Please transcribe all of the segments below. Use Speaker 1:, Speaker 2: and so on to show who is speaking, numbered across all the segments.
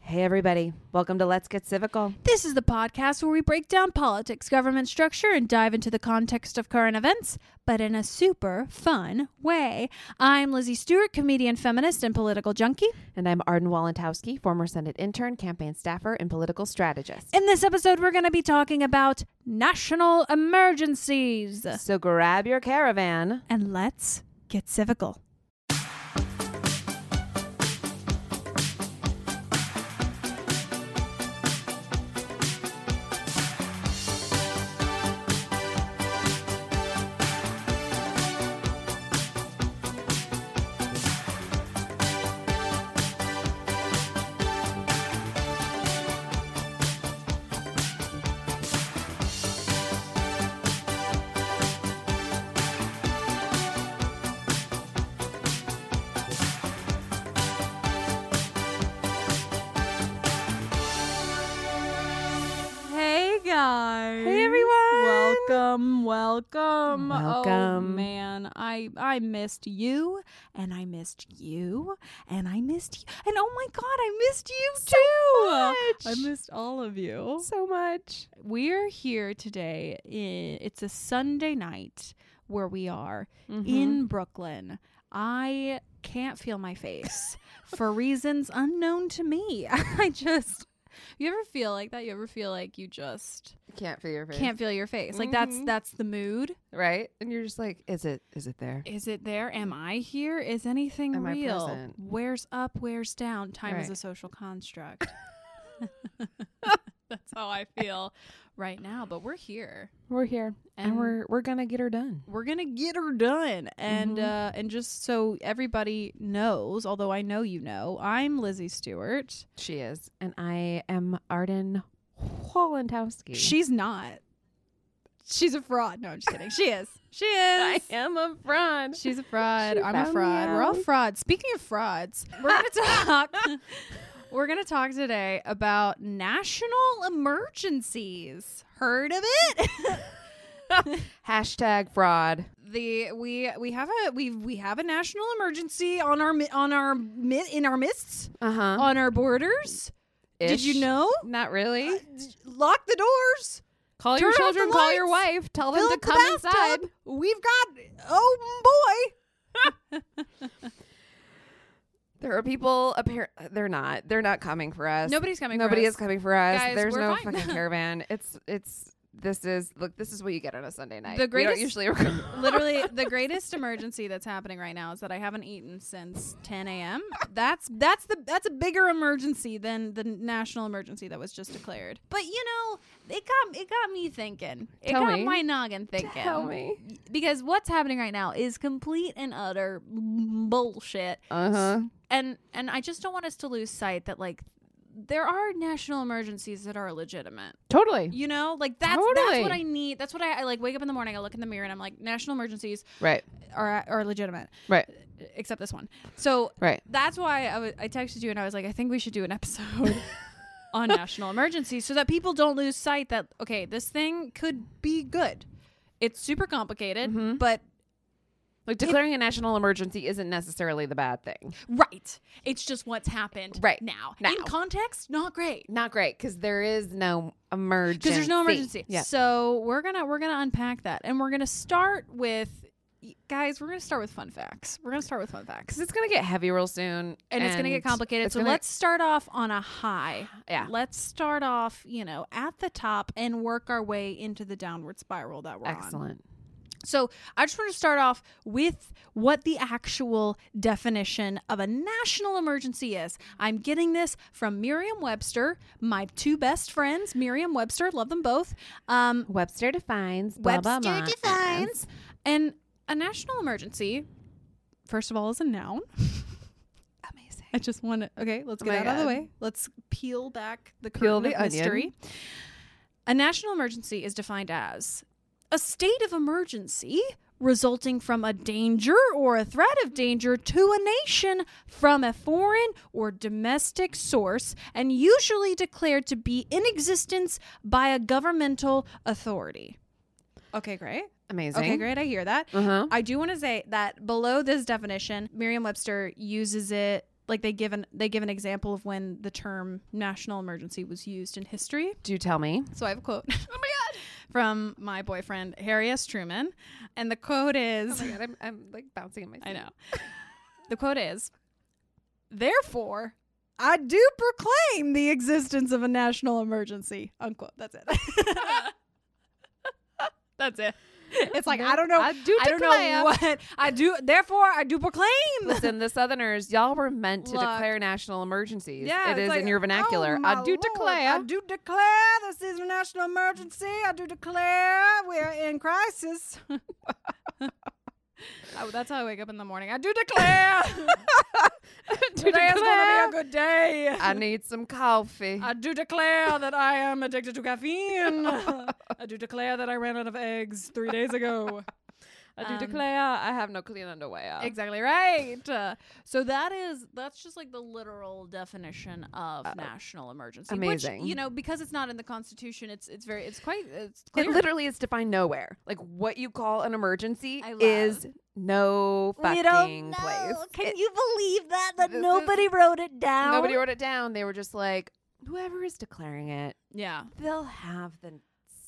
Speaker 1: Hey, everybody. Welcome to Let's Get Civical.
Speaker 2: This is the podcast where we break down politics, government structure, and dive into the context of current events, but in a super fun way. I'm Lizzie Stewart, comedian, feminist, and political junkie.
Speaker 1: And I'm Arden Walentowski, former Senate intern, campaign staffer, and political strategist.
Speaker 2: In this episode, we're going to be talking about national emergencies.
Speaker 1: So grab your caravan.
Speaker 2: And let's get civical. Hey guys.
Speaker 1: Hey, everyone.
Speaker 2: Welcome, welcome. Oh
Speaker 1: Welcome.
Speaker 2: man, I I missed you and I missed you and I missed you. And oh my god, I missed you too.
Speaker 1: much.
Speaker 2: I missed all of you.
Speaker 1: So much.
Speaker 2: We're here today. i- It's a Sunday night where we are
Speaker 1: Mm-hmm.
Speaker 2: in Brooklyn. I can't feel my face for reasons unknown to me. I just You ever feel like that? You ever feel like you just
Speaker 1: Can't feel your face.
Speaker 2: can't feel your face. Like that's
Speaker 1: Mhm.
Speaker 2: that's the mood.
Speaker 1: Right? And you're just like, is it is it there?
Speaker 2: Is it there? Am I here? Is anything
Speaker 1: Am I
Speaker 2: real?
Speaker 1: present?
Speaker 2: Where's up? Where's down? Time is
Speaker 1: Right.
Speaker 2: a social construct. that's how I feel right now. But we're here.
Speaker 1: We're here. And,
Speaker 2: And-
Speaker 1: we're we're gonna get her done.
Speaker 2: We're gonna get her done. And
Speaker 1: Mm-hmm.
Speaker 2: uh, and just so everybody knows, although I know you know, I'm Lizzie Stewart.
Speaker 1: She is. And I am Arden Walentowski.
Speaker 2: She's not. She's a fraud. No, I'm just kidding. She is. She is.
Speaker 1: I am a fraud.
Speaker 2: She's a fraud.
Speaker 1: She
Speaker 2: I'm
Speaker 1: found
Speaker 2: a
Speaker 1: me
Speaker 2: fraud. We're all
Speaker 1: out.
Speaker 2: frauds. Speaking of frauds, we're gonna talk. we're gonna talk today about national emergencies. Heard of it?
Speaker 1: Hashtag fraud.
Speaker 2: the we we have a we we have a national emergency on our mi- on our mi- in our midst
Speaker 1: Uh-huh.
Speaker 2: on our borders. Did you
Speaker 1: Ish.
Speaker 2: know?
Speaker 1: Not really.
Speaker 2: Lock the doors.
Speaker 1: Call your
Speaker 2: Turn off the
Speaker 1: children, call your
Speaker 2: lights.
Speaker 1: wife, tell
Speaker 2: Fill
Speaker 1: them to
Speaker 2: up the
Speaker 1: come inside.
Speaker 2: bathtub. We've got oh boy.
Speaker 1: There are people apparent they're not. They're not coming for us.
Speaker 2: Nobody's coming for
Speaker 1: Nobody
Speaker 2: us.
Speaker 1: is coming for us.
Speaker 2: Guys,
Speaker 1: There's
Speaker 2: we're
Speaker 1: no
Speaker 2: fine.
Speaker 1: fucking caravan. It's it's this is look, this is what you get on a Sunday night.
Speaker 2: The
Speaker 1: We don't
Speaker 2: greatest-
Speaker 1: usually
Speaker 2: literally the greatest emergency that's happening right now is that I haven't eaten since 10 a.m. That's that's the that's a bigger emergency than the national emergency that was just declared. But you know, it got it got me thinking. It
Speaker 1: Tell
Speaker 2: got
Speaker 1: me.
Speaker 2: my noggin thinking.
Speaker 1: Tell me.
Speaker 2: Because what's happening right now is complete and utter bullshit.
Speaker 1: Uh-huh.
Speaker 2: And and I just don't want us to lose sight that like there are national emergencies that are legitimate.
Speaker 1: Totally.
Speaker 2: You know, like that's that's
Speaker 1: Totally.
Speaker 2: what I need. That's what I, I like. Wake up in the morning, I look in the mirror, and I'm like, national emergencies
Speaker 1: Right.
Speaker 2: are are legitimate,
Speaker 1: Right.
Speaker 2: except this one. So
Speaker 1: Right.
Speaker 2: that's why I wa- I texted you and I was like, I think we should do an episode on national emergencies so that people don't lose sight that okay, this thing could be good. It's super complicated,
Speaker 1: Mm-hmm.
Speaker 2: but
Speaker 1: Like declaring a national emergency isn't necessarily the bad thing.
Speaker 2: right, it's just what's happened
Speaker 1: Right.
Speaker 2: now.
Speaker 1: Now.
Speaker 2: In context, not great.
Speaker 1: Not great cuz there is no emergency.
Speaker 2: because there's no emergency.
Speaker 1: Yeah.
Speaker 2: So we're gonna we're gonna unpack that, and we're gonna start with guys. We're gonna start with fun facts. We're gonna start with fun facts,
Speaker 1: Cuz it's going to get heavy real soon
Speaker 2: and, it's gonna get complicated.
Speaker 1: it's
Speaker 2: So
Speaker 1: gonna-
Speaker 2: let's start off on a high.
Speaker 1: Yeah.
Speaker 2: Let's start off, you know, at the top and work our way into the downward spiral that we're on.
Speaker 1: Excellent.
Speaker 2: So I just want to start off with what the actual definition of a national emergency is. I'm getting this from Merriam Webster, my two best friends, Merriam Webster, love them both. Um,
Speaker 1: Webster defines blah, blah,
Speaker 2: Webster
Speaker 1: blah.
Speaker 2: defines. And a national emergency, first of all, is a noun.
Speaker 1: Amazing.
Speaker 2: I just want to, okay, let's
Speaker 1: Oh
Speaker 2: get
Speaker 1: my
Speaker 2: that out of the
Speaker 1: God.
Speaker 2: way. Let's peel back the
Speaker 1: Peel
Speaker 2: curtain
Speaker 1: the
Speaker 2: of
Speaker 1: onion.
Speaker 2: mystery. A national emergency is defined as a state of emergency resulting from a danger or a threat of danger to a nation from a foreign or domestic source and usually declared to be in existence by a governmental authority. Okay, great.
Speaker 1: Amazing.
Speaker 2: Okay, great. I hear that.
Speaker 1: Uh-huh.
Speaker 2: I do want to say that below this definition, Merriam-Webster uses it like they give an they give an example of when the term national emergency was used in history.
Speaker 1: Do tell me.
Speaker 2: So I have a quote. oh my god. From my boyfriend Harry S. Truman, and the quote is
Speaker 1: god, I'm, I'm like bouncing in my
Speaker 2: I know. the quote is Therefore, I do proclaim the existence of a national emergency. Unquote. That's it. That's it. It's like I don't know.
Speaker 1: I do
Speaker 2: I don't know
Speaker 1: declare.
Speaker 2: what I do. Therefore, I do proclaim.
Speaker 1: Listen, the Southerners, y'all were meant to
Speaker 2: Look.
Speaker 1: declare national emergencies.
Speaker 2: Yeah,
Speaker 1: it
Speaker 2: it's
Speaker 1: is
Speaker 2: like,
Speaker 1: in your vernacular.
Speaker 2: "Oh,
Speaker 1: I
Speaker 2: my
Speaker 1: do
Speaker 2: Lord,
Speaker 1: declare.
Speaker 2: I do declare this is a national emergency. I do declare we're in crisis. oh, that's how I wake up in the morning. I do declare.
Speaker 1: do
Speaker 2: Today
Speaker 1: declare.
Speaker 2: is going to be a good day.
Speaker 1: I need some coffee.
Speaker 2: I do declare that I am addicted to caffeine. I do declare that I ran out of eggs three days ago.
Speaker 1: I do
Speaker 2: Um,
Speaker 1: declare I have no clean underwear.
Speaker 2: Exactly right. Uh, so that is that's just like the literal definition of national emergency.
Speaker 1: Uh, amazing.
Speaker 2: Which, you know, because it's not in the Constitution, it's it's very it's quite it's
Speaker 1: it
Speaker 2: clear.
Speaker 1: literally is defined nowhere. Like what you call an emergency
Speaker 2: I love-
Speaker 1: is no fucking place. It-
Speaker 2: you believe that
Speaker 1: that This nobody
Speaker 2: wrote it down?
Speaker 1: Nobody wrote it down. They were just like, whoever is declaring it,
Speaker 2: yeah.
Speaker 1: they'll have the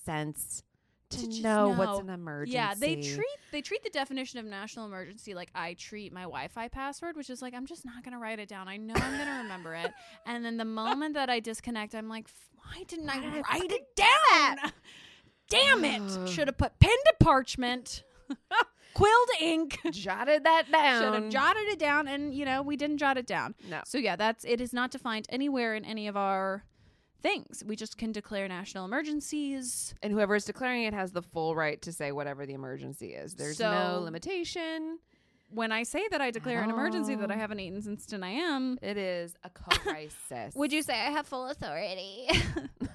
Speaker 1: sense to,
Speaker 2: To just
Speaker 1: know, what's
Speaker 2: know.
Speaker 1: an emergency.
Speaker 2: Yeah, they treat they treat the definition of national emergency like I treat my Wi-Fi password, which is like I'm just not gonna write it down. I know I'm gonna remember it, and then the moment that I disconnect, I'm like, why didn't I
Speaker 1: did I
Speaker 2: write it down? Damn it! Should have put pen to parchment, quill to ink.
Speaker 1: jotted that down.
Speaker 2: Should have jotted it down, and you know we didn't jot it down.
Speaker 1: No.
Speaker 2: So yeah, that's it is not defined anywhere in any of our things. We just can declare national emergencies.
Speaker 1: and whoever is declaring it has the full right to say whatever the emergency is. There's no
Speaker 2: So-
Speaker 1: limitation.
Speaker 2: when I say that I declare an emergency that I
Speaker 1: all.
Speaker 2: haven't eaten since 10 a.m.,
Speaker 1: It is a crisis.
Speaker 2: you say I have full authority?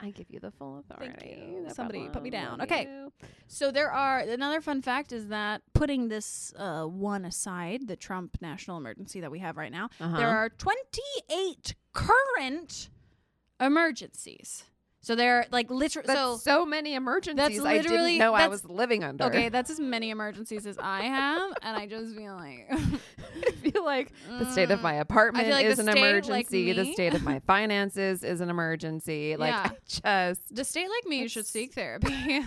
Speaker 1: I give you the full authority.
Speaker 2: you.
Speaker 1: No
Speaker 2: Somebody put me
Speaker 1: problem.
Speaker 2: down. Okay.
Speaker 1: You.
Speaker 2: so there are another fun fact is that putting this uh, one aside, the Trump national emergency that we have right now,
Speaker 1: Uh-huh.
Speaker 2: there are 28 current emergencies. So they're like literally
Speaker 1: That's so,
Speaker 2: so
Speaker 1: many emergencies. I didn't
Speaker 2: literally-
Speaker 1: know I
Speaker 2: that's-
Speaker 1: was living under.
Speaker 2: okay, that's as many emergencies as I have, and I just feel like
Speaker 1: I feel like Mm. the state of my apartment
Speaker 2: like
Speaker 1: is
Speaker 2: the
Speaker 1: an
Speaker 2: state, like
Speaker 1: emergency. the
Speaker 2: me.
Speaker 1: state of my finances is an emergency. Like I just
Speaker 2: The state like me should seek therapy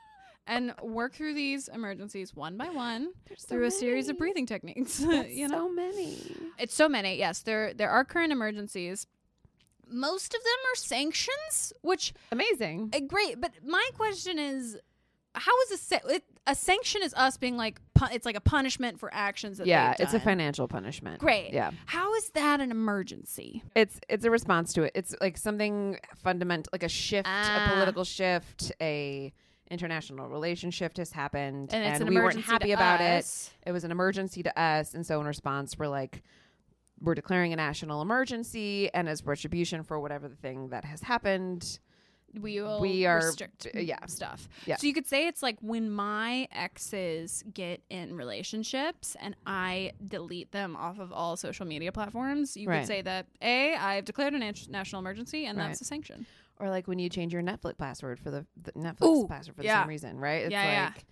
Speaker 2: and work through these emergencies one by one
Speaker 1: so
Speaker 2: through a series of
Speaker 1: many.
Speaker 2: breathing techniques. you know,
Speaker 1: so many.
Speaker 2: it's so many. Yes, there there are current emergencies. Most of them are sanctions, which
Speaker 1: Amazing.
Speaker 2: uh, great. But my question is, how is a sa- it, a sanction is us being like pu- it's like a punishment for actions that
Speaker 1: yeah,
Speaker 2: they've
Speaker 1: it's a
Speaker 2: done.
Speaker 1: financial punishment.
Speaker 2: Great.
Speaker 1: Yeah.
Speaker 2: How is that an emergency?
Speaker 1: It's it's a response to it. It's like something fundamental like a shift,
Speaker 2: Ah.
Speaker 1: a political shift, a international relation shift has happened
Speaker 2: And it's an
Speaker 1: we weren't
Speaker 2: emergency to
Speaker 1: happy about
Speaker 2: us.
Speaker 1: it. It was an emergency to us and so in response we're like we're declaring a national emergency and as retribution for whatever the thing that has happened.
Speaker 2: we will
Speaker 1: We are-
Speaker 2: restrict
Speaker 1: uh, yeah.
Speaker 2: stuff.
Speaker 1: Yeah.
Speaker 2: So you could say it's like when my exes get in relationships and I delete them off of all social media platforms. You
Speaker 1: Right.
Speaker 2: could say that a I've declared a nat- national emergency and
Speaker 1: Right.
Speaker 2: that's a sanction.
Speaker 1: Or like when you change your Netflix password for the, the Netflix
Speaker 2: Ooh,
Speaker 1: password for the
Speaker 2: yeah.
Speaker 1: same reason, right? It's
Speaker 2: Yeah, yeah.
Speaker 1: like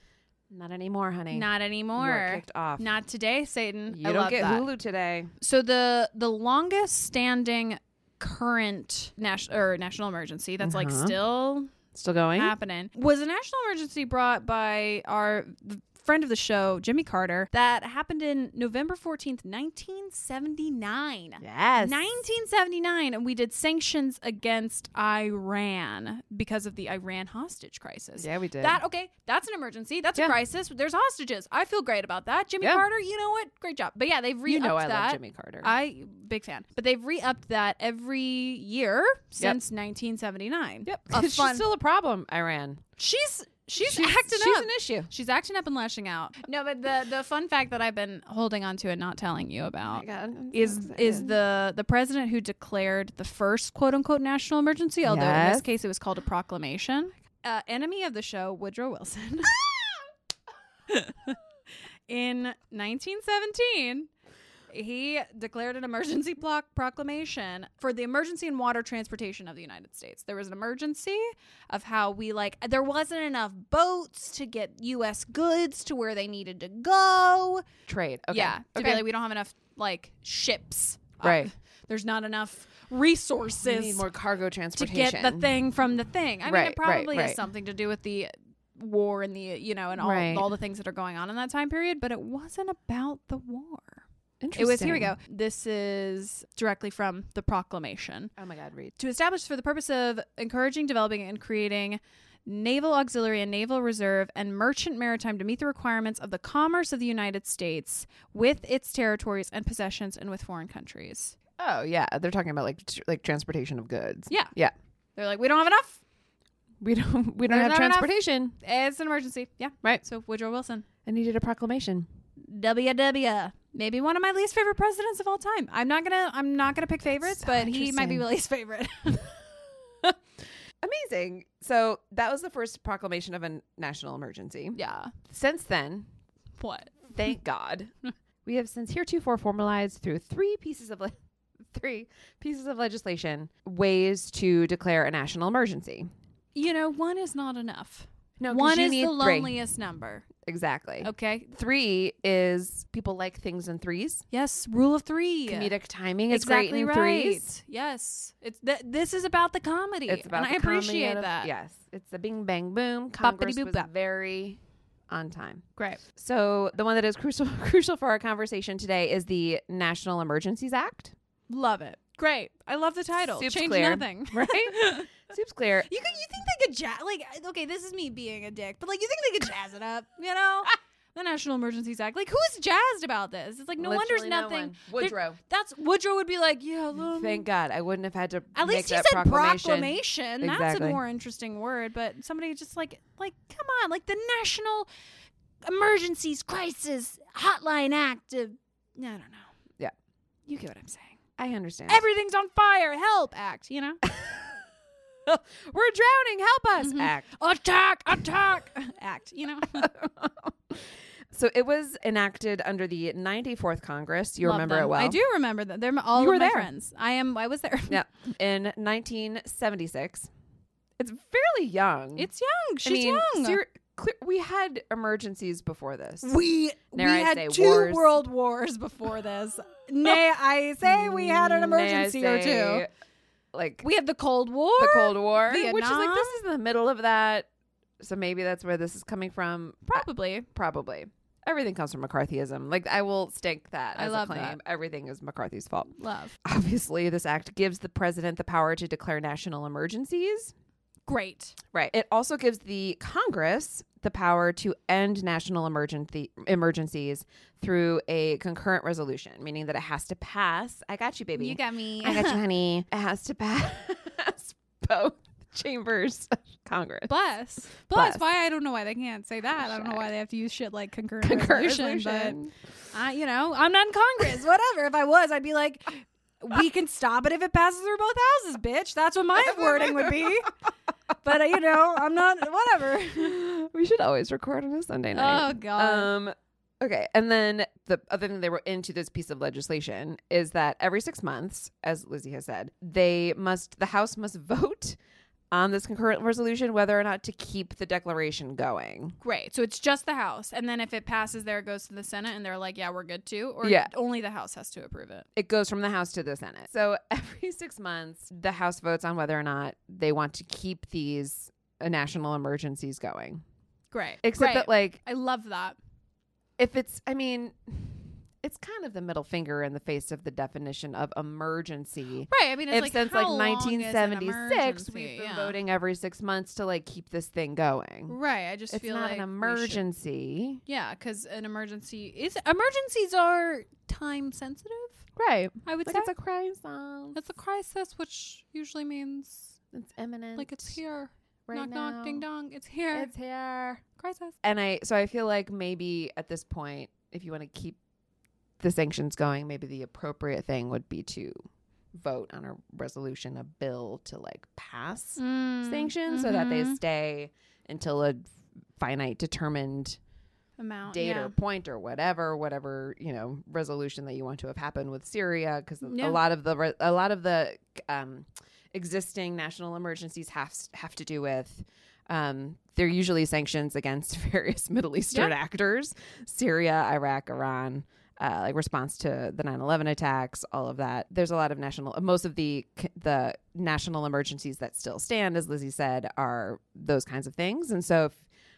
Speaker 1: not anymore, honey.
Speaker 2: Not
Speaker 1: You are
Speaker 2: anymore.
Speaker 1: kicked off.
Speaker 2: Not today, Satan.
Speaker 1: you
Speaker 2: I
Speaker 1: don't
Speaker 2: love
Speaker 1: get
Speaker 2: that.
Speaker 1: Hulu today.
Speaker 2: So the the longest standing current national or national emergency that's like
Speaker 1: Uh-huh.
Speaker 2: still
Speaker 1: Still going?
Speaker 2: happening was a national emergency brought by our the friend of the show jimmy carter that happened in november 14th 1979
Speaker 1: yes.
Speaker 2: 1979 and we did sanctions against iran because of the iran hostage crisis
Speaker 1: Yeah, we did.
Speaker 2: that okay that's an emergency that's
Speaker 1: Yeah.
Speaker 2: a crisis there's hostages i feel great about that jimmy
Speaker 1: Yeah.
Speaker 2: carter you know what great job but yeah they've re
Speaker 1: you know I
Speaker 2: that
Speaker 1: love Jimmy Carter.
Speaker 2: I big fan, but they've re-upped that every year since 1979.
Speaker 1: yep.
Speaker 2: a
Speaker 1: It's
Speaker 2: fun
Speaker 1: still a problem, Iran.
Speaker 2: She's She's,
Speaker 1: She's,
Speaker 2: acting
Speaker 1: she's
Speaker 2: up.
Speaker 1: an issue.
Speaker 2: she's acting up and lashing out. No, but the the fun fact that I've been holding on to and not telling you
Speaker 1: Oh
Speaker 2: about is is the the president who declared the first quote unquote national emergency, although in
Speaker 1: Yes.
Speaker 2: this case it was called a proclamation. Uh, enemy of the show, Woodrow Wilson. in 1917, he declared an emergency block proclamation for the emergency in water transportation of the United States. There was an emergency of how we like there wasn't enough boats to get U.S. goods to where they needed to go.
Speaker 1: trade. Okay.
Speaker 2: Yeah, to
Speaker 1: Okay.
Speaker 2: be like we don't have enough like ships. Uh,
Speaker 1: Right.
Speaker 2: there's not enough
Speaker 1: We
Speaker 2: resources
Speaker 1: need more cargo
Speaker 2: to
Speaker 1: transportation.
Speaker 2: get the thing from the thing. I mean,
Speaker 1: Right,
Speaker 2: it
Speaker 1: right,
Speaker 2: probably has
Speaker 1: right.
Speaker 2: something to do with the war and the you know and all
Speaker 1: Right.
Speaker 2: all the things that are going on in that time period. But it wasn't about the war. It
Speaker 1: Interesting.
Speaker 2: was here we go. This is directly from the proclamation
Speaker 1: Oh my God, read.
Speaker 2: to establish for the purpose of encouraging, developing, and creating naval auxiliary and naval reserve and merchant maritime to meet the requirements of the commerce of the United States with its territories and possessions and with foreign countries.
Speaker 1: Oh yeah, they're talking about like tr- like transportation of goods.
Speaker 2: Yeah.
Speaker 1: Yeah.
Speaker 2: They're like, we don't have enough.
Speaker 1: We don't we don't have
Speaker 2: There's not enough.
Speaker 1: transportation.
Speaker 2: It's an emergency. Yeah.
Speaker 1: Right.
Speaker 2: So Woodrow Wilson.
Speaker 1: I needed a proclamation.
Speaker 2: WW. Maybe one of my least favorite presidents of all time. I'm not gonna I'm not gonna pick favorites,
Speaker 1: so
Speaker 2: but he might be
Speaker 1: interesting.
Speaker 2: my least favorite.
Speaker 1: Amazing. So that was the first proclamation of a national emergency.
Speaker 2: yeah.
Speaker 1: Since then,
Speaker 2: What?
Speaker 1: thank God, we have since heretofore formalized through three pieces of le- three pieces of legislation ways to declare a national emergency.
Speaker 2: You know, one is not enough.
Speaker 1: No, 'cause
Speaker 2: one
Speaker 1: you
Speaker 2: is
Speaker 1: need
Speaker 2: the
Speaker 1: three.
Speaker 2: loneliest number.
Speaker 1: Exactly.
Speaker 2: Okay.
Speaker 1: Three is people like things in threes.
Speaker 2: Yes, rule of three.
Speaker 1: Comedic timing is great
Speaker 2: exactly
Speaker 1: in
Speaker 2: right.
Speaker 1: threes.
Speaker 2: Yes, it's th- this is about the comedy.
Speaker 1: It's about
Speaker 2: and
Speaker 1: the
Speaker 2: I
Speaker 1: comedy
Speaker 2: appreciate
Speaker 1: out of-
Speaker 2: that.
Speaker 1: Yes, it's the Bing Bang Boom. Congress
Speaker 2: boop
Speaker 1: was
Speaker 2: bop.
Speaker 1: very on time.
Speaker 2: great.
Speaker 1: So the one that is crucial crucial for our conversation today is the National Emergencies Act,
Speaker 2: Love it. Great. I love the title.
Speaker 1: Soup's
Speaker 2: Change
Speaker 1: clear.
Speaker 2: nothing.
Speaker 1: right? Soup's clear.
Speaker 2: You could, you think they could jazz like okay, this is me being a dick, but like you think they could jazz it up, you know? the National Emergencies Act. Like who's jazzed about this? It's like no wonders
Speaker 1: Literally no
Speaker 2: nothing.
Speaker 1: one.
Speaker 2: There-
Speaker 1: Woodrow.
Speaker 2: That's Woodrow would be like, yeah, little
Speaker 1: Thank God, I wouldn't have had to.
Speaker 2: At
Speaker 1: make
Speaker 2: least he
Speaker 1: that
Speaker 2: said proclamation. That's a
Speaker 1: Exactly.
Speaker 2: more interesting word, but somebody just like, like, come on, like the National Emergencies Crisis Hotline Act. Of, I don't know.
Speaker 1: Yeah.
Speaker 2: you get what I'm saying.
Speaker 1: I understand.
Speaker 2: Everything's on fire. Help! Act. You know.
Speaker 1: We're drowning. Help us.
Speaker 2: Mhm.
Speaker 1: Act.
Speaker 2: attack! Attack! Act. You know.
Speaker 1: So it was enacted under the 94th Congress. You
Speaker 2: Love
Speaker 1: remember
Speaker 2: them.
Speaker 1: it well.
Speaker 2: I do remember that. They're m- all
Speaker 1: You were
Speaker 2: of my
Speaker 1: there.
Speaker 2: friends. I am. I was there.
Speaker 1: Yeah. In 1976. It's fairly young.
Speaker 2: It's young. She's
Speaker 1: I mean,
Speaker 2: young.
Speaker 1: ser- clear- we had emergencies before this.
Speaker 2: We
Speaker 1: Dare
Speaker 2: we
Speaker 1: I
Speaker 2: had
Speaker 1: say
Speaker 2: two
Speaker 1: wars.
Speaker 2: world wars before this. Nay, I say we had an
Speaker 1: May I
Speaker 2: emergency or
Speaker 1: say,
Speaker 2: two.
Speaker 1: Like
Speaker 2: We had the Cold War.
Speaker 1: the Cold War, which is like
Speaker 2: Vietnam.
Speaker 1: this is the middle of that. So maybe that's where this is coming from. Uh,
Speaker 2: Probably.
Speaker 1: probably. Everything comes from McCarthyism. Like I will stink that
Speaker 2: I
Speaker 1: as
Speaker 2: love
Speaker 1: a claim.
Speaker 2: that.
Speaker 1: Everything is McCarthy's fault.
Speaker 2: Love.
Speaker 1: Obviously, this act gives the president the power to declare national emergencies.
Speaker 2: Great.
Speaker 1: Right. It also gives the Congress the power to end national emergency emergencies through a concurrent resolution, meaning that it has to pass. I got you, baby.
Speaker 2: got me.
Speaker 1: I got you, honey. It has to pass both chambers of Congress.
Speaker 2: Bless.
Speaker 1: Bless.
Speaker 2: Bless. Why I don't know why they can't say that. I don't know why they have to use shit like concurrent, resolution, But I, you know, I'm not in Congress. Whatever. If I was, I'd be like, we can stop it if it passes through both houses, bitch. That's what my wording would be. But uh, you know, I'm not. Whatever.
Speaker 1: we should always record on a Sunday night.
Speaker 2: Oh, God.
Speaker 1: Um, okay, and then the other thing they were into this piece of legislation is that every six months, as Lizzie has said, they must the House must vote on this concurrent resolution whether or not to keep the declaration going.
Speaker 2: Great. So it's just the House, and then if it passes, there it goes to the Senate, and they're like, "Yeah, we're good too." Or
Speaker 1: Yeah.
Speaker 2: only the House has to approve it.
Speaker 1: It goes from the House to the Senate. So every six months, the House votes on whether or not they want to keep these uh, national emergencies going.
Speaker 2: Great.
Speaker 1: Except
Speaker 2: Great.
Speaker 1: that, like,
Speaker 2: I love that.
Speaker 1: if it's i mean it's kind of the middle finger in the face of the definition of emergency
Speaker 2: Right. I mean, it's
Speaker 1: if
Speaker 2: like
Speaker 1: since
Speaker 2: how
Speaker 1: like
Speaker 2: long is an
Speaker 1: 1976
Speaker 2: emergency?
Speaker 1: we've been
Speaker 2: Yeah.
Speaker 1: voting every six months to like keep this thing going
Speaker 2: Right. I just
Speaker 1: it's
Speaker 2: feel
Speaker 1: not
Speaker 2: like
Speaker 1: an
Speaker 2: we should-
Speaker 1: emergency
Speaker 2: Yeah, because an emergency is emergencies are time sensitive.
Speaker 1: right
Speaker 2: I would
Speaker 1: like
Speaker 2: say
Speaker 1: it's a crisis
Speaker 2: it's a crisis, which usually means
Speaker 1: it's imminent
Speaker 2: like it's here.
Speaker 1: right
Speaker 2: knock
Speaker 1: now.
Speaker 2: knock ding dong it's here
Speaker 1: It's here.
Speaker 2: crisis
Speaker 1: And I so I feel like maybe at this point, if you want to keep the sanctions going, maybe the appropriate thing would be to vote on a resolution, a bill to like pass
Speaker 2: Mm-hmm.
Speaker 1: sanctions so that they
Speaker 2: mhm.
Speaker 1: stay until a finite determined
Speaker 2: amount
Speaker 1: date
Speaker 2: yeah.
Speaker 1: or point or whatever whatever you know resolution that you want to have happened with syria because
Speaker 2: Yeah.
Speaker 1: a lot of the re- a lot of the um, existing national emergencies have s- have to do with um, they're usually sanctions against various middle eastern actors syria iraq iran uh, like response to the 9-11 attacks all of that there's a lot of national most of the c- the national emergencies that still stand as lizzie said are those kinds of things and so if,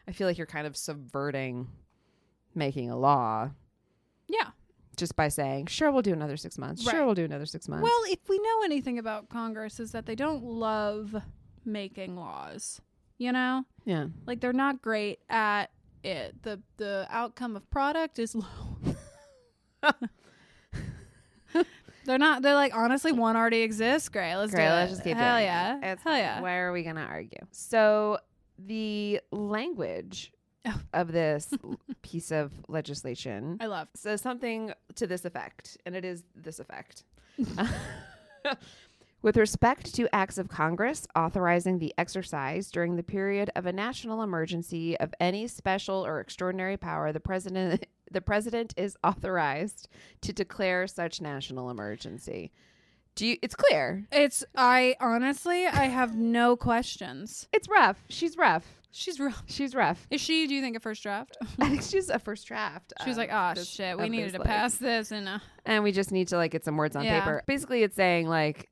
Speaker 1: i feel like you're kind of subverting making a law
Speaker 2: yeah
Speaker 1: just by saying, sure, we'll do another six months.
Speaker 2: Right.
Speaker 1: Sure, we'll do another six months.
Speaker 2: well if we know anything about congress is that they don't love making laws you know
Speaker 1: yeah.
Speaker 2: like they're not great at it the the outcome of product is low they're not they're like honestly one already exists great let's
Speaker 1: Great,
Speaker 2: do
Speaker 1: let's
Speaker 2: it.
Speaker 1: just keep
Speaker 2: hell
Speaker 1: doing it.
Speaker 2: yeah
Speaker 1: It's
Speaker 2: hell
Speaker 1: fine.
Speaker 2: yeah
Speaker 1: Why are we going to argue? So the language
Speaker 2: Oh.
Speaker 1: of this l- piece of legislation
Speaker 2: i love
Speaker 1: says something to this effect, and it is this effect. With respect to acts of Congress authorizing the exercise during the period of a national emergency of any special or extraordinary power, the president the president is authorized to declare such national emergency. Do you, it's clear.
Speaker 2: it's i honestly i have no questions
Speaker 1: It's rough. She's rough.
Speaker 2: she's rough
Speaker 1: She's rough.
Speaker 2: is she do you think a first draft
Speaker 1: I think she's a first draft.
Speaker 2: she was
Speaker 1: of
Speaker 2: like oh
Speaker 1: Uh, this-
Speaker 2: shit we
Speaker 1: of
Speaker 2: needed
Speaker 1: this,
Speaker 2: to
Speaker 1: like-
Speaker 2: pass this and uh,
Speaker 1: and we just need to like get some words on
Speaker 2: Yeah.
Speaker 1: paper. Basically, it's saying like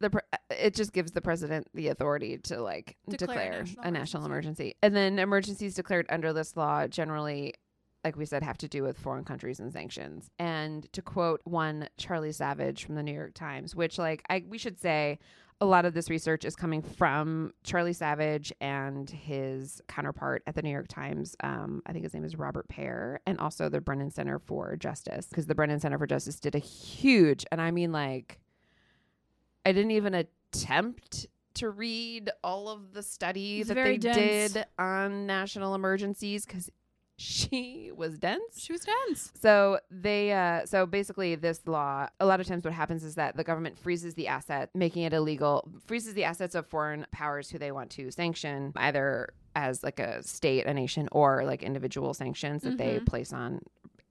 Speaker 1: the pre- uh, it just gives the president the authority to like
Speaker 2: Declare a
Speaker 1: declare, a,
Speaker 2: national
Speaker 1: national, emergency, and then emergencies declared under this law generally. Like we said, have to do with foreign countries and sanctions. And to quote one Charlie Savage from the New York Times, which like I we should say a lot of this research is coming from Charlie Savage and his counterpart at the New York Times. Um, I think his name is Robert Pear, and also the Brennan Center for Justice, because the Brennan Center for Justice did a huge, and I mean like, I didn't even attempt to read all of the study
Speaker 2: It's
Speaker 1: that
Speaker 2: very
Speaker 1: they
Speaker 2: dense.
Speaker 1: did on national emergencies because she was dense.
Speaker 2: she was dense
Speaker 1: So they uh, so basically this law a lot of times what happens is that the government freezes the asset making it illegal freezes the assets of foreign powers who they want to sanction either as like a state a nation or like individual sanctions that they
Speaker 2: Mhm.
Speaker 1: place on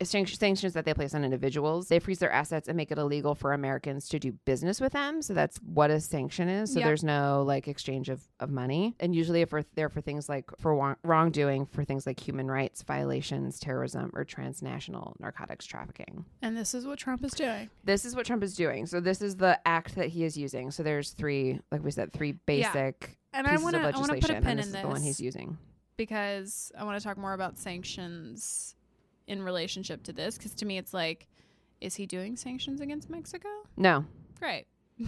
Speaker 1: sanc- sanctions that they place on individuals they freeze their assets and make it illegal for americans to do business with them so that's what a sanction is so
Speaker 2: Yeah.
Speaker 1: there's no like exchange of, of money and usually if we're there for things like for wa- wrongdoing for things like human rights violations terrorism or transnational narcotics trafficking
Speaker 2: and this is what trump is doing
Speaker 1: this is what trump is doing so this is the act that he is using so there's three like we said three basic
Speaker 2: and
Speaker 1: pieces
Speaker 2: i want to
Speaker 1: of
Speaker 2: i want to
Speaker 1: legislation
Speaker 2: put a pin
Speaker 1: and this
Speaker 2: in
Speaker 1: is
Speaker 2: this
Speaker 1: the one he's using
Speaker 2: because I want to talk more about sanctions in relationship to this. Because to me, it's like, is he doing sanctions against Mexico?
Speaker 1: no
Speaker 2: Great,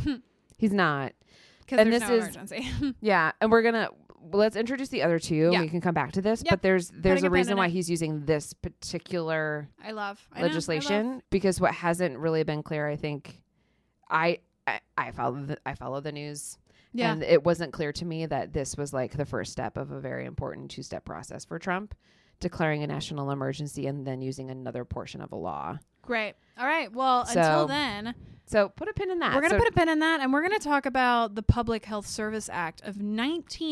Speaker 1: he's not
Speaker 2: because
Speaker 1: And
Speaker 2: there's
Speaker 1: this
Speaker 2: no
Speaker 1: is-
Speaker 2: emergency.
Speaker 1: Yeah, and we're gonna well, let's introduce the other two.
Speaker 2: Yeah.
Speaker 1: and We can come back to this,
Speaker 2: Yep.
Speaker 1: but there's there's
Speaker 2: Putting a
Speaker 1: a
Speaker 2: pin
Speaker 1: reason
Speaker 2: in
Speaker 1: why
Speaker 2: it.
Speaker 1: he's using this particular
Speaker 2: I love I know, I love.
Speaker 1: legislation because what hasn't really been clear, I think, I I, I follow the, I follow the news.
Speaker 2: Yeah,
Speaker 1: And it wasn't clear to me that this was like the first step of a very important two step process for Trump, declaring a national emergency and then using another portion of a law.
Speaker 2: great. All right. Well, until
Speaker 1: So,
Speaker 2: then,
Speaker 1: So put a pin in that.
Speaker 2: we're gonna
Speaker 1: So
Speaker 2: put a pin in that, and we're gonna talk about the Public Health Service Act of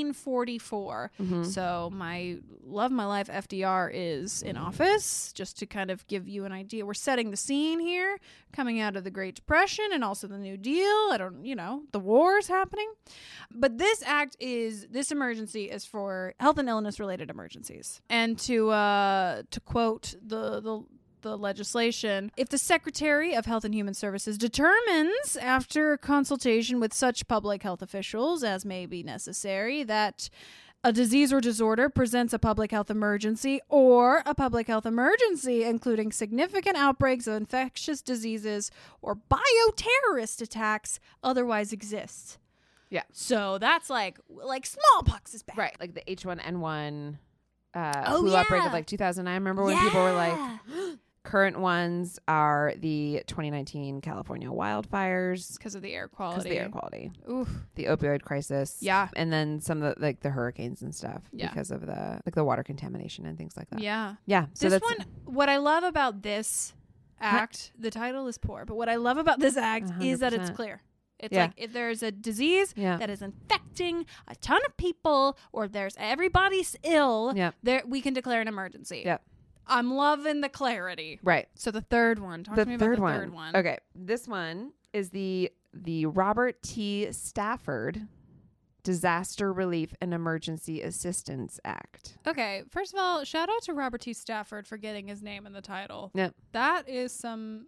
Speaker 2: 1944. So my love, my life, FDR is in office. Just to kind of give you an idea, we're setting the scene here, coming out of the Great Depression and also the New Deal. I don't, you know, the war is happening, but this act is this emergency is for health and illness related emergencies. And to uh, to quote the the the legislation. If the Secretary of Health and Human Services determines, after consultation with such public health officials as may be necessary, that a disease or disorder presents a public health emergency or a public health emergency, including significant outbreaks of infectious diseases or bioterrorist attacks, otherwise exists.
Speaker 1: Yeah.
Speaker 2: So that's like like smallpox is back.
Speaker 1: right like the H one N one. Uh,
Speaker 2: Oh,
Speaker 1: flu outbreak
Speaker 2: yeah.
Speaker 1: of like 2009. Remember when people were like,
Speaker 2: Yeah.
Speaker 1: Current ones are the 2019 California wildfires
Speaker 2: because of the air
Speaker 1: because
Speaker 2: quality.
Speaker 1: the air quality,
Speaker 2: Oof.
Speaker 1: the opioid crisis,
Speaker 2: Yeah.
Speaker 1: and then some of the like the hurricanes and stuff
Speaker 2: Yeah.
Speaker 1: because of the like the water contamination and things like that.
Speaker 2: Yeah.
Speaker 1: Yeah, so
Speaker 2: this
Speaker 1: that's
Speaker 2: one, what I love about this act, the title is poor, but what I love about this act is that it's
Speaker 1: 100%.
Speaker 2: clear. It's
Speaker 1: Yeah.
Speaker 2: like if there's a disease
Speaker 1: Yeah.
Speaker 2: that is infecting a ton of people, or there's everybody's ill,
Speaker 1: Yep.
Speaker 2: there we can declare an emergency.
Speaker 1: Yep.
Speaker 2: I'm loving the clarity.
Speaker 1: right.
Speaker 2: So the third one, talk
Speaker 1: the
Speaker 2: to me
Speaker 1: third
Speaker 2: about
Speaker 1: one.
Speaker 2: the third one.
Speaker 1: Okay, this one is the the Robert T. Stafford Disaster Relief and Emergency Assistance Act.
Speaker 2: Okay, first of all, shout out to Robert T. Stafford for getting his name in the title.
Speaker 1: Yep.
Speaker 2: That is some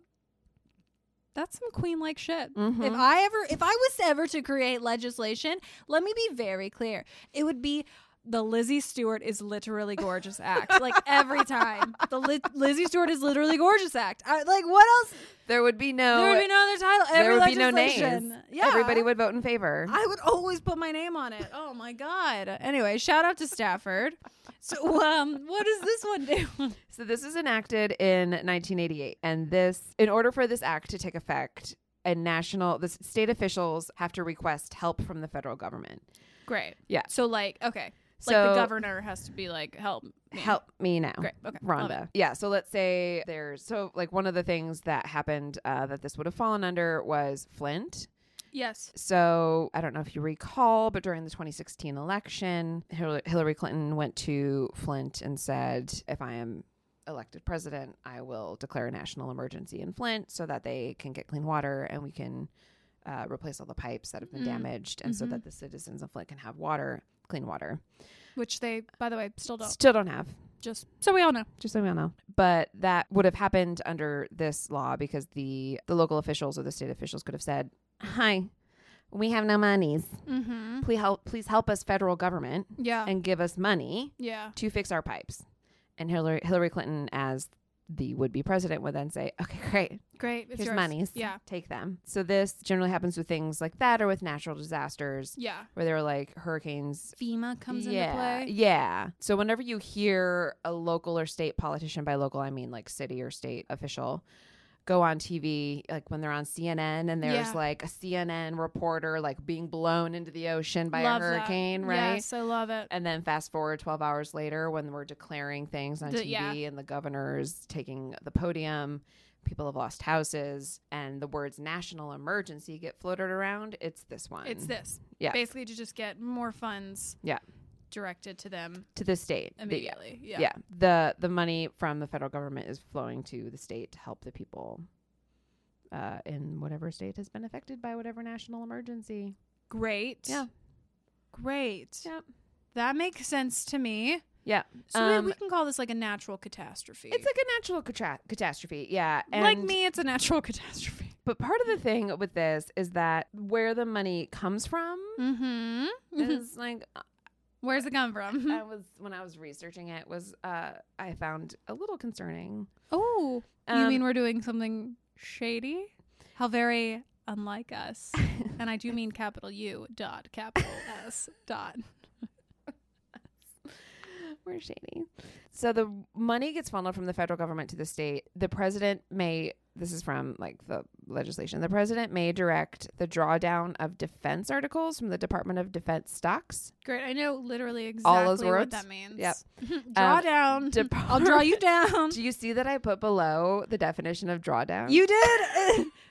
Speaker 2: that's some queen like shit. If
Speaker 1: Mhm.
Speaker 2: I ever if I was ever to create legislation, let me be very clear. It would be the Lizzie Stewart is literally gorgeous act. like every time. The Li- Lizzie Stewart is literally gorgeous act. I, like what else?
Speaker 1: There would be no
Speaker 2: there would be no other title.
Speaker 1: Oh, there
Speaker 2: Every
Speaker 1: would be no
Speaker 2: legislation.
Speaker 1: names.
Speaker 2: Yeah.
Speaker 1: Everybody would vote in favor.
Speaker 2: I would always put my name on it. Oh my god. Anyway, shout out to Stafford. So um what does this one do?
Speaker 1: So this was enacted in 1988, and this, in order for this act to take effect, a national, the s- state officials have to request help from the federal government.
Speaker 2: Great.
Speaker 1: Yeah.
Speaker 2: So like okay. like
Speaker 1: So-
Speaker 2: the governor has to be like help me.
Speaker 1: Help me now.
Speaker 2: Great. Okay. Love it.
Speaker 1: Rhonda. Yeah. So let's say there's so like one of the things that happened uh, that this would have fallen under was Flint.
Speaker 2: Yes.
Speaker 1: So I don't know if you recall, but during the 2016 election, Hillary Hillary Clinton went to Flint and said, "If I am elected president, I will declare a national emergency in Flint so that they can get clean water and we can uh, replace all the pipes that have been
Speaker 2: Mm.
Speaker 1: damaged, and so
Speaker 2: Mhm.
Speaker 1: that the citizens of Flint can have water, clean water."
Speaker 2: Which they by the way still don't
Speaker 1: Still don't have.
Speaker 2: just so we all know.
Speaker 1: just so we all know. But that would have happened under this law because the the local officials or the state officials could have said, "Hi, we have no monies.
Speaker 2: Mm-hmm.
Speaker 1: Please help, please help us, federal government,
Speaker 2: Yeah.
Speaker 1: and give us money
Speaker 2: yeah.
Speaker 1: to fix our pipes." And Hillary Hillary Clinton, as the would be president, would then say, "Okay, great,
Speaker 2: Great. It's
Speaker 1: here's
Speaker 2: yours.
Speaker 1: monies.
Speaker 2: Yeah.
Speaker 1: take them." So this generally happens with things like that or with natural disasters
Speaker 2: Yeah.
Speaker 1: where there are like hurricanes
Speaker 2: FEMA comes into
Speaker 1: yeah,
Speaker 2: play.
Speaker 1: Yeah. So whenever you hear a local or state politician, by local I mean like city or state official, go on TV, like when they're on CNN and there's
Speaker 2: Yeah.
Speaker 1: like a CNN reporter like being blown into the ocean by
Speaker 2: Love
Speaker 1: a
Speaker 2: that.
Speaker 1: hurricane, right?
Speaker 2: Yes, I love it.
Speaker 1: And then fast forward 12 hours later when we're declaring things on
Speaker 2: The-
Speaker 1: TV
Speaker 2: yeah.
Speaker 1: and the governor's taking the podium, people have lost houses, and the words national emergency get floated around. It's this one.
Speaker 2: It's this.
Speaker 1: Yeah.
Speaker 2: Basically to just get more funds
Speaker 1: Yeah. directed
Speaker 2: directed to them
Speaker 1: to the state. The-
Speaker 2: immediately. Yeah.
Speaker 1: yeah. the the money from the federal government is flowing to the state to help the people uh, in whatever state has been affected by whatever national emergency.
Speaker 2: Great.
Speaker 1: Yeah.
Speaker 2: Great.
Speaker 1: Yep.
Speaker 2: That makes sense to me.
Speaker 1: Yeah,
Speaker 2: So we-
Speaker 1: Um,
Speaker 2: we can call this like a natural catastrophe.
Speaker 1: it's like a natural catra- catastrophe. Yeah,
Speaker 2: like
Speaker 1: and-
Speaker 2: me, it's a natural catastrophe.
Speaker 1: But part of the thing with this is that where the money comes from
Speaker 2: Mm-hmm.
Speaker 1: is like
Speaker 2: Where's it come
Speaker 1: I
Speaker 2: from?
Speaker 1: was when I was researching it was uh, I found a little concerning.
Speaker 2: Oh, you
Speaker 1: Um,
Speaker 2: mean we're doing something shady? How very unlike us. and I do mean capital U dot capital S dot.
Speaker 1: We're shady. So the money gets funneled from the federal government to the state. The president may this is from like the legislation. The president may direct the drawdown of defense articles from the Department of Defense stocks.
Speaker 2: Great. I know literally exactly
Speaker 1: All those
Speaker 2: what
Speaker 1: words?
Speaker 2: that means.
Speaker 1: Yep.
Speaker 2: draw
Speaker 1: Um,
Speaker 2: down. I'll draw you down.
Speaker 1: Do you see that I put below the definition of drawdown?
Speaker 2: You did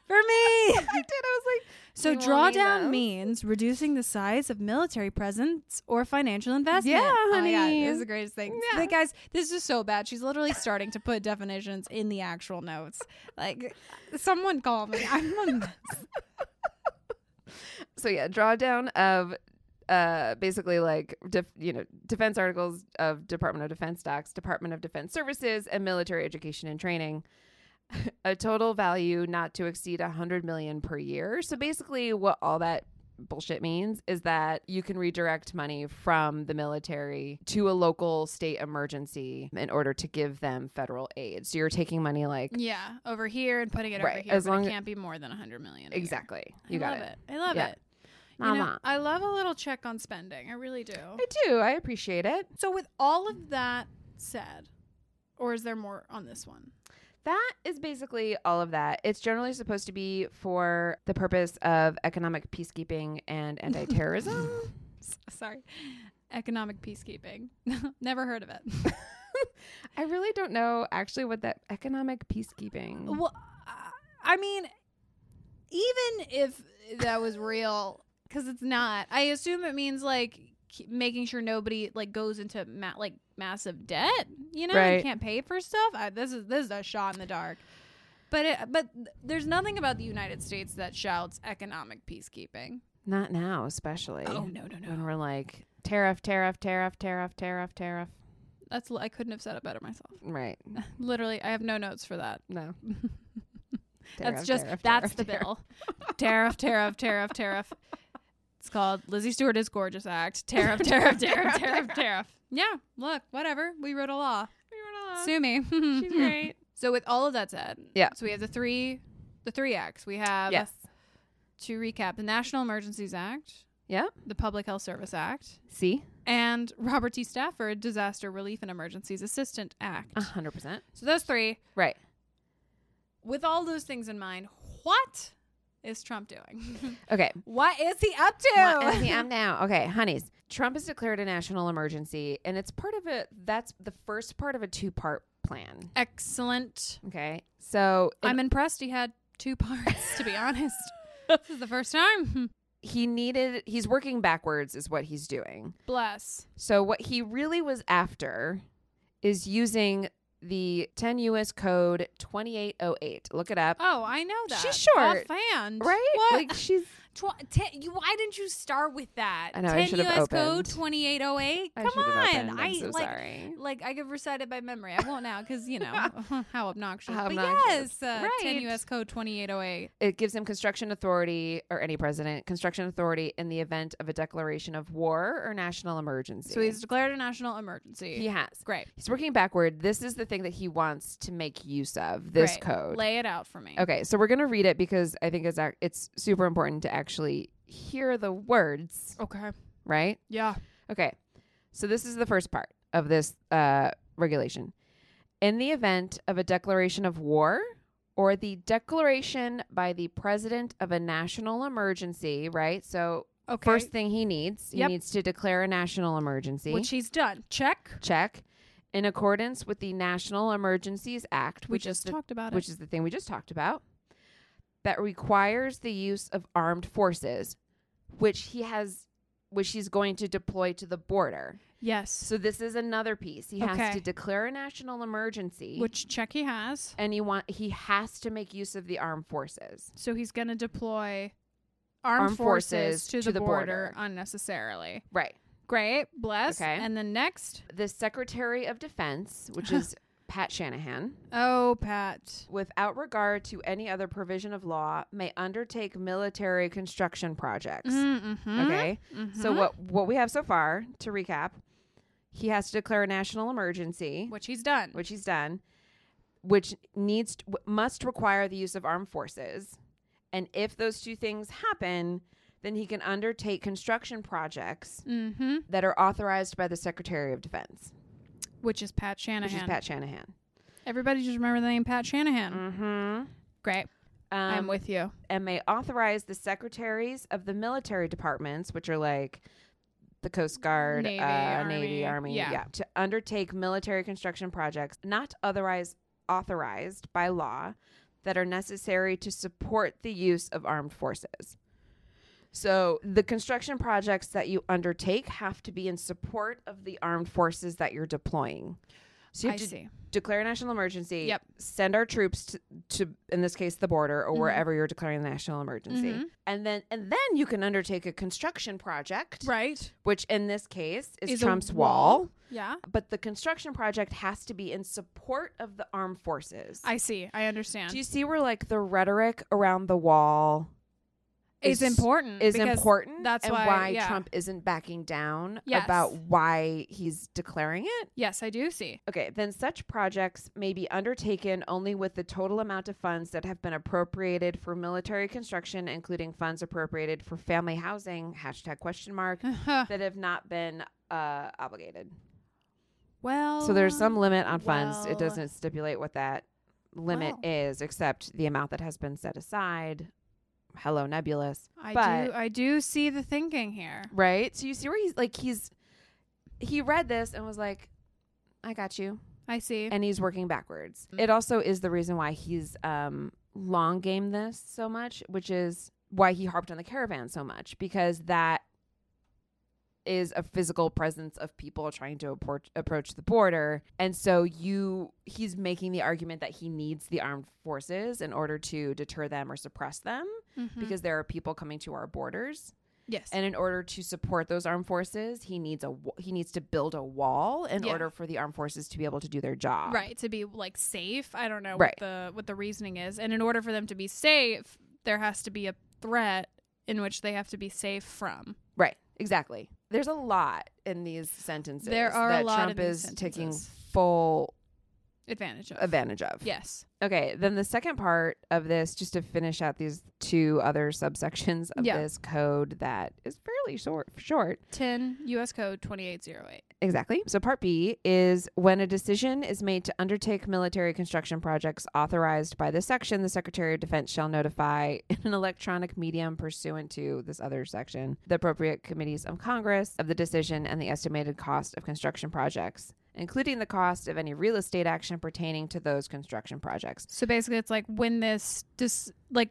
Speaker 2: for me.
Speaker 1: I did. I was like,
Speaker 2: So
Speaker 1: You all need
Speaker 2: drawdown
Speaker 1: those?
Speaker 2: means reducing the size of military presence or financial investment.
Speaker 1: Yeah,
Speaker 2: Oh my
Speaker 1: honey.
Speaker 2: God, this is the greatest thing.
Speaker 1: Yeah.
Speaker 2: Like, guys, this is so bad. She's literally starting to put definitions in the actual notes. Like, someone call me. I'm a mess.
Speaker 1: so yeah, drawdown of uh basically like def- you know defense articles of Department of Defense stocks, Department of Defense services, and military education and training. a total value not to exceed a hundred million per year. So basically, what all that bullshit means is that you can redirect money from the military to a local state emergency in order to give them federal aid. So you're taking money like
Speaker 2: Yeah, over here and putting it over
Speaker 1: Right,
Speaker 2: here.
Speaker 1: as
Speaker 2: but
Speaker 1: long-
Speaker 2: it can't be more than 100 million. a year.
Speaker 1: exactly.
Speaker 2: I
Speaker 1: You got
Speaker 2: love
Speaker 1: it.
Speaker 2: I love
Speaker 1: Yeah.
Speaker 2: it. You know,
Speaker 1: Mama.
Speaker 2: I love a little check on spending. I really do.
Speaker 1: I do. I appreciate it.
Speaker 2: So, with all of that said, or is there more on this one?
Speaker 1: That is basically all of that. It's generally supposed to be for the purpose of economic peacekeeping and anti terrorism.
Speaker 2: S- Sorry. Economic peacekeeping. Never heard of it.
Speaker 1: I really don't know actually what that economic peacekeeping.
Speaker 2: well, I- I mean, even if that was real, because it's not, I assume it means like ke- making sure nobody like goes into ma- like massive debt, you know,
Speaker 1: Right.
Speaker 2: and can't pay for stuff. I, this is this is a shot in the dark. But it, but there's nothing about the United States that shouts economic peacekeeping.
Speaker 1: Not now, especially.
Speaker 2: Oh no no no!
Speaker 1: When we're like, tariff, tariff, tariff, tariff, tariff, tariff.
Speaker 2: That's I couldn't have said it better myself.
Speaker 1: Right.
Speaker 2: Literally, I have no notes for that.
Speaker 1: No.
Speaker 2: that's just that's the bill. tariff, tariff, tariff, tariff. It's called Lizzie Stewart is Gorgeous Act. Tariff, tariff, tariff, tariff, tariff. Yeah, look, whatever. We wrote a law. Sue me.
Speaker 1: She's great.
Speaker 2: So with all of that said,
Speaker 1: Yeah.
Speaker 2: So we have the three, the three acts. We have
Speaker 1: Yes.
Speaker 2: to recap the National Emergencies Act,
Speaker 1: Yeah.
Speaker 2: the Public Health Service Act,
Speaker 1: See?
Speaker 2: and Robert T. Stafford Disaster Relief and Emergencies Assistant Act.
Speaker 1: A 100%.
Speaker 2: So those three.
Speaker 1: Right.
Speaker 2: With all those things in mind, what is Trump doing?
Speaker 1: Okay.
Speaker 2: What is he up to?
Speaker 1: Well, see, I'm now. Okay, honeys. Trump has declared a national emergency, and it's part of a. That's the first part of a two part plan.
Speaker 2: Excellent.
Speaker 1: Okay. So and
Speaker 2: I'm impressed he had two parts, to be honest. this is the first time.
Speaker 1: he needed, he's working backwards, is what he's doing.
Speaker 2: Bless.
Speaker 1: So, what he really was after is using the 10 US code 2808. Look it up.
Speaker 2: Oh, I know that.
Speaker 1: She's short,
Speaker 2: Offhand.
Speaker 1: right?
Speaker 2: What?
Speaker 1: Like, she's.
Speaker 2: Tw- te- you, why didn't you start with that?
Speaker 1: I know, I
Speaker 2: 10
Speaker 1: should've
Speaker 2: US code
Speaker 1: opened.
Speaker 2: 2808.
Speaker 1: I
Speaker 2: Come
Speaker 1: should've
Speaker 2: on.
Speaker 1: opened. I'm
Speaker 2: I
Speaker 1: so
Speaker 2: like
Speaker 1: sorry.
Speaker 2: like I could recite it by memory. I won't now because you know how obnoxious.
Speaker 1: How
Speaker 2: but
Speaker 1: obnoxious.
Speaker 2: yes, uh, 10
Speaker 1: Right.
Speaker 2: US code 2808.
Speaker 1: It gives him construction authority, or any president, construction authority in the event of a declaration of war or national emergency.
Speaker 2: So he's declared a national emergency.
Speaker 1: He has.
Speaker 2: Great.
Speaker 1: He's working backward. This is the thing that he wants to make use of. This
Speaker 2: Great.
Speaker 1: code.
Speaker 2: Lay it out for me.
Speaker 1: okay, so we're gonna read it because I think it's ac- it's super important to actually hear the words,
Speaker 2: Okay.
Speaker 1: right?
Speaker 2: Yeah.
Speaker 1: Okay, so this is the first part of this uh, regulation. In the event of a declaration of war or the declaration by the president of a national emergency, right? So
Speaker 2: Okay.
Speaker 1: first thing he needs,
Speaker 2: Yep.
Speaker 1: he needs to declare a national emergency.
Speaker 2: which he's done. Check.
Speaker 1: check in accordance with the National Emergencies Act,
Speaker 2: We
Speaker 1: which is
Speaker 2: just
Speaker 1: the,
Speaker 2: talked about
Speaker 1: which
Speaker 2: it.
Speaker 1: is the thing we just talked about, that requires the use of armed forces, which he has, which he's going to deploy to the border.
Speaker 2: Yes.
Speaker 1: So this is another piece. He
Speaker 2: Okay.
Speaker 1: has to declare a national emergency,
Speaker 2: Which check he has.
Speaker 1: and he want he has to make use of the armed forces.
Speaker 2: So he's going to deploy armed,
Speaker 1: Armed
Speaker 2: forces,
Speaker 1: forces
Speaker 2: to, the, border, unnecessarily.
Speaker 1: Right.
Speaker 2: Great. Bless.
Speaker 1: Okay.
Speaker 2: And then next.
Speaker 1: The Secretary of Defense, which is Pat Shanahan.
Speaker 2: Oh, Pat.
Speaker 1: without regard to any other provision of law, may undertake military construction projects.
Speaker 2: Mm-hmm.
Speaker 1: Okay. So what what we have so far to recap, he has to declare a national emergency,
Speaker 2: Which he's done.
Speaker 1: which he's done, which needs to- w- must require the use of armed forces, and if those two things happen, then he can undertake construction projects
Speaker 2: mm-hmm.
Speaker 1: that are authorized by the Secretary of Defense,
Speaker 2: Which is Pat Shanahan.
Speaker 1: which is Pat Shanahan.
Speaker 2: Everybody just remember the name Pat Shanahan.
Speaker 1: Mm-hmm.
Speaker 2: Great.
Speaker 1: Um,
Speaker 2: I'm with you.
Speaker 1: and may authorize the secretaries of the military departments, which are like the Coast Guard,
Speaker 2: Navy,
Speaker 1: uh,
Speaker 2: Army.
Speaker 1: Navy, Army,
Speaker 2: Yeah.
Speaker 1: yeah. to undertake military construction projects not otherwise authorized by law that are necessary to support the use of armed forces. So the construction projects that you undertake have to be in support of the armed forces that you're deploying. So you
Speaker 2: I
Speaker 1: have to
Speaker 2: see.
Speaker 1: declare a national emergency.
Speaker 2: Yep. Mm-hmm.
Speaker 1: Send our troops to, to in this case, the border or wherever you're declaring the national emergency,
Speaker 2: Mhm.
Speaker 1: and then and then you can undertake a construction project,
Speaker 2: Right.
Speaker 1: which in this case is,
Speaker 2: a
Speaker 1: Trump's wall.
Speaker 2: Yeah.
Speaker 1: But the construction project has to be in support of the armed forces.
Speaker 2: I see. I understand.
Speaker 1: Do you see where like the rhetoric around the wall
Speaker 2: it's
Speaker 1: is-
Speaker 2: important.
Speaker 1: is
Speaker 2: because
Speaker 1: important?
Speaker 2: That's
Speaker 1: and
Speaker 2: why,
Speaker 1: why,
Speaker 2: yeah.
Speaker 1: Trump isn't backing down
Speaker 2: Yes.
Speaker 1: about why he's declaring it.
Speaker 2: Yes, I do see.
Speaker 1: Okay, then such projects may be undertaken only with the total amount of funds that have been appropriated for military construction, including funds appropriated for family housing, hashtag question mark, that have not been uh, obligated.
Speaker 2: well,
Speaker 1: So there's some limit on funds.
Speaker 2: well-
Speaker 1: It doesn't stipulate what that limit
Speaker 2: Wow.
Speaker 1: is, except the amount that has been set aside. Hello, nebulous.
Speaker 2: I
Speaker 1: But-
Speaker 2: do I do see the thinking here.
Speaker 1: Right. So you see where he's like he's he read this and was like, I got you.
Speaker 2: I see.
Speaker 1: And he's working backwards. It also is the reason why he's um long game this so much, which is why he harped on the caravan so much, because that is a physical presence of people trying to appor- approach the border. And so you he's making the argument that he needs the armed forces in order to deter them or suppress them
Speaker 2: Mhm.
Speaker 1: because there are people coming to our borders.
Speaker 2: yes.
Speaker 1: And in order to support those armed forces, he needs a wa- he needs to build a wall in
Speaker 2: Yeah.
Speaker 1: order for the armed forces to be able to do their job.
Speaker 2: right to be like safe i don't know
Speaker 1: Right.
Speaker 2: what the what the reasoning is and in order for them to be safe there has to be a threat in which they have to be safe from
Speaker 1: Right. Exactly. There's a lot in these sentences
Speaker 2: There are a
Speaker 1: that
Speaker 2: lot
Speaker 1: Trump
Speaker 2: in
Speaker 1: is
Speaker 2: these
Speaker 1: taking
Speaker 2: sentences.
Speaker 1: full
Speaker 2: advantage of
Speaker 1: advantage of.
Speaker 2: yes
Speaker 1: Okay, then the second part of this, just to finish out these two other subsections of
Speaker 2: Yeah.
Speaker 1: this code that is fairly short short.
Speaker 2: 10 us code 2808
Speaker 1: Exactly. So part B is when a decision is made to undertake military construction projects authorized by this section, the Secretary of Defense shall notify in an electronic medium pursuant to this other section the appropriate committees of Congress of the decision and the estimated cost of construction projects, including the cost of any real estate action pertaining to those construction projects.
Speaker 2: so basically it's like when this dis- like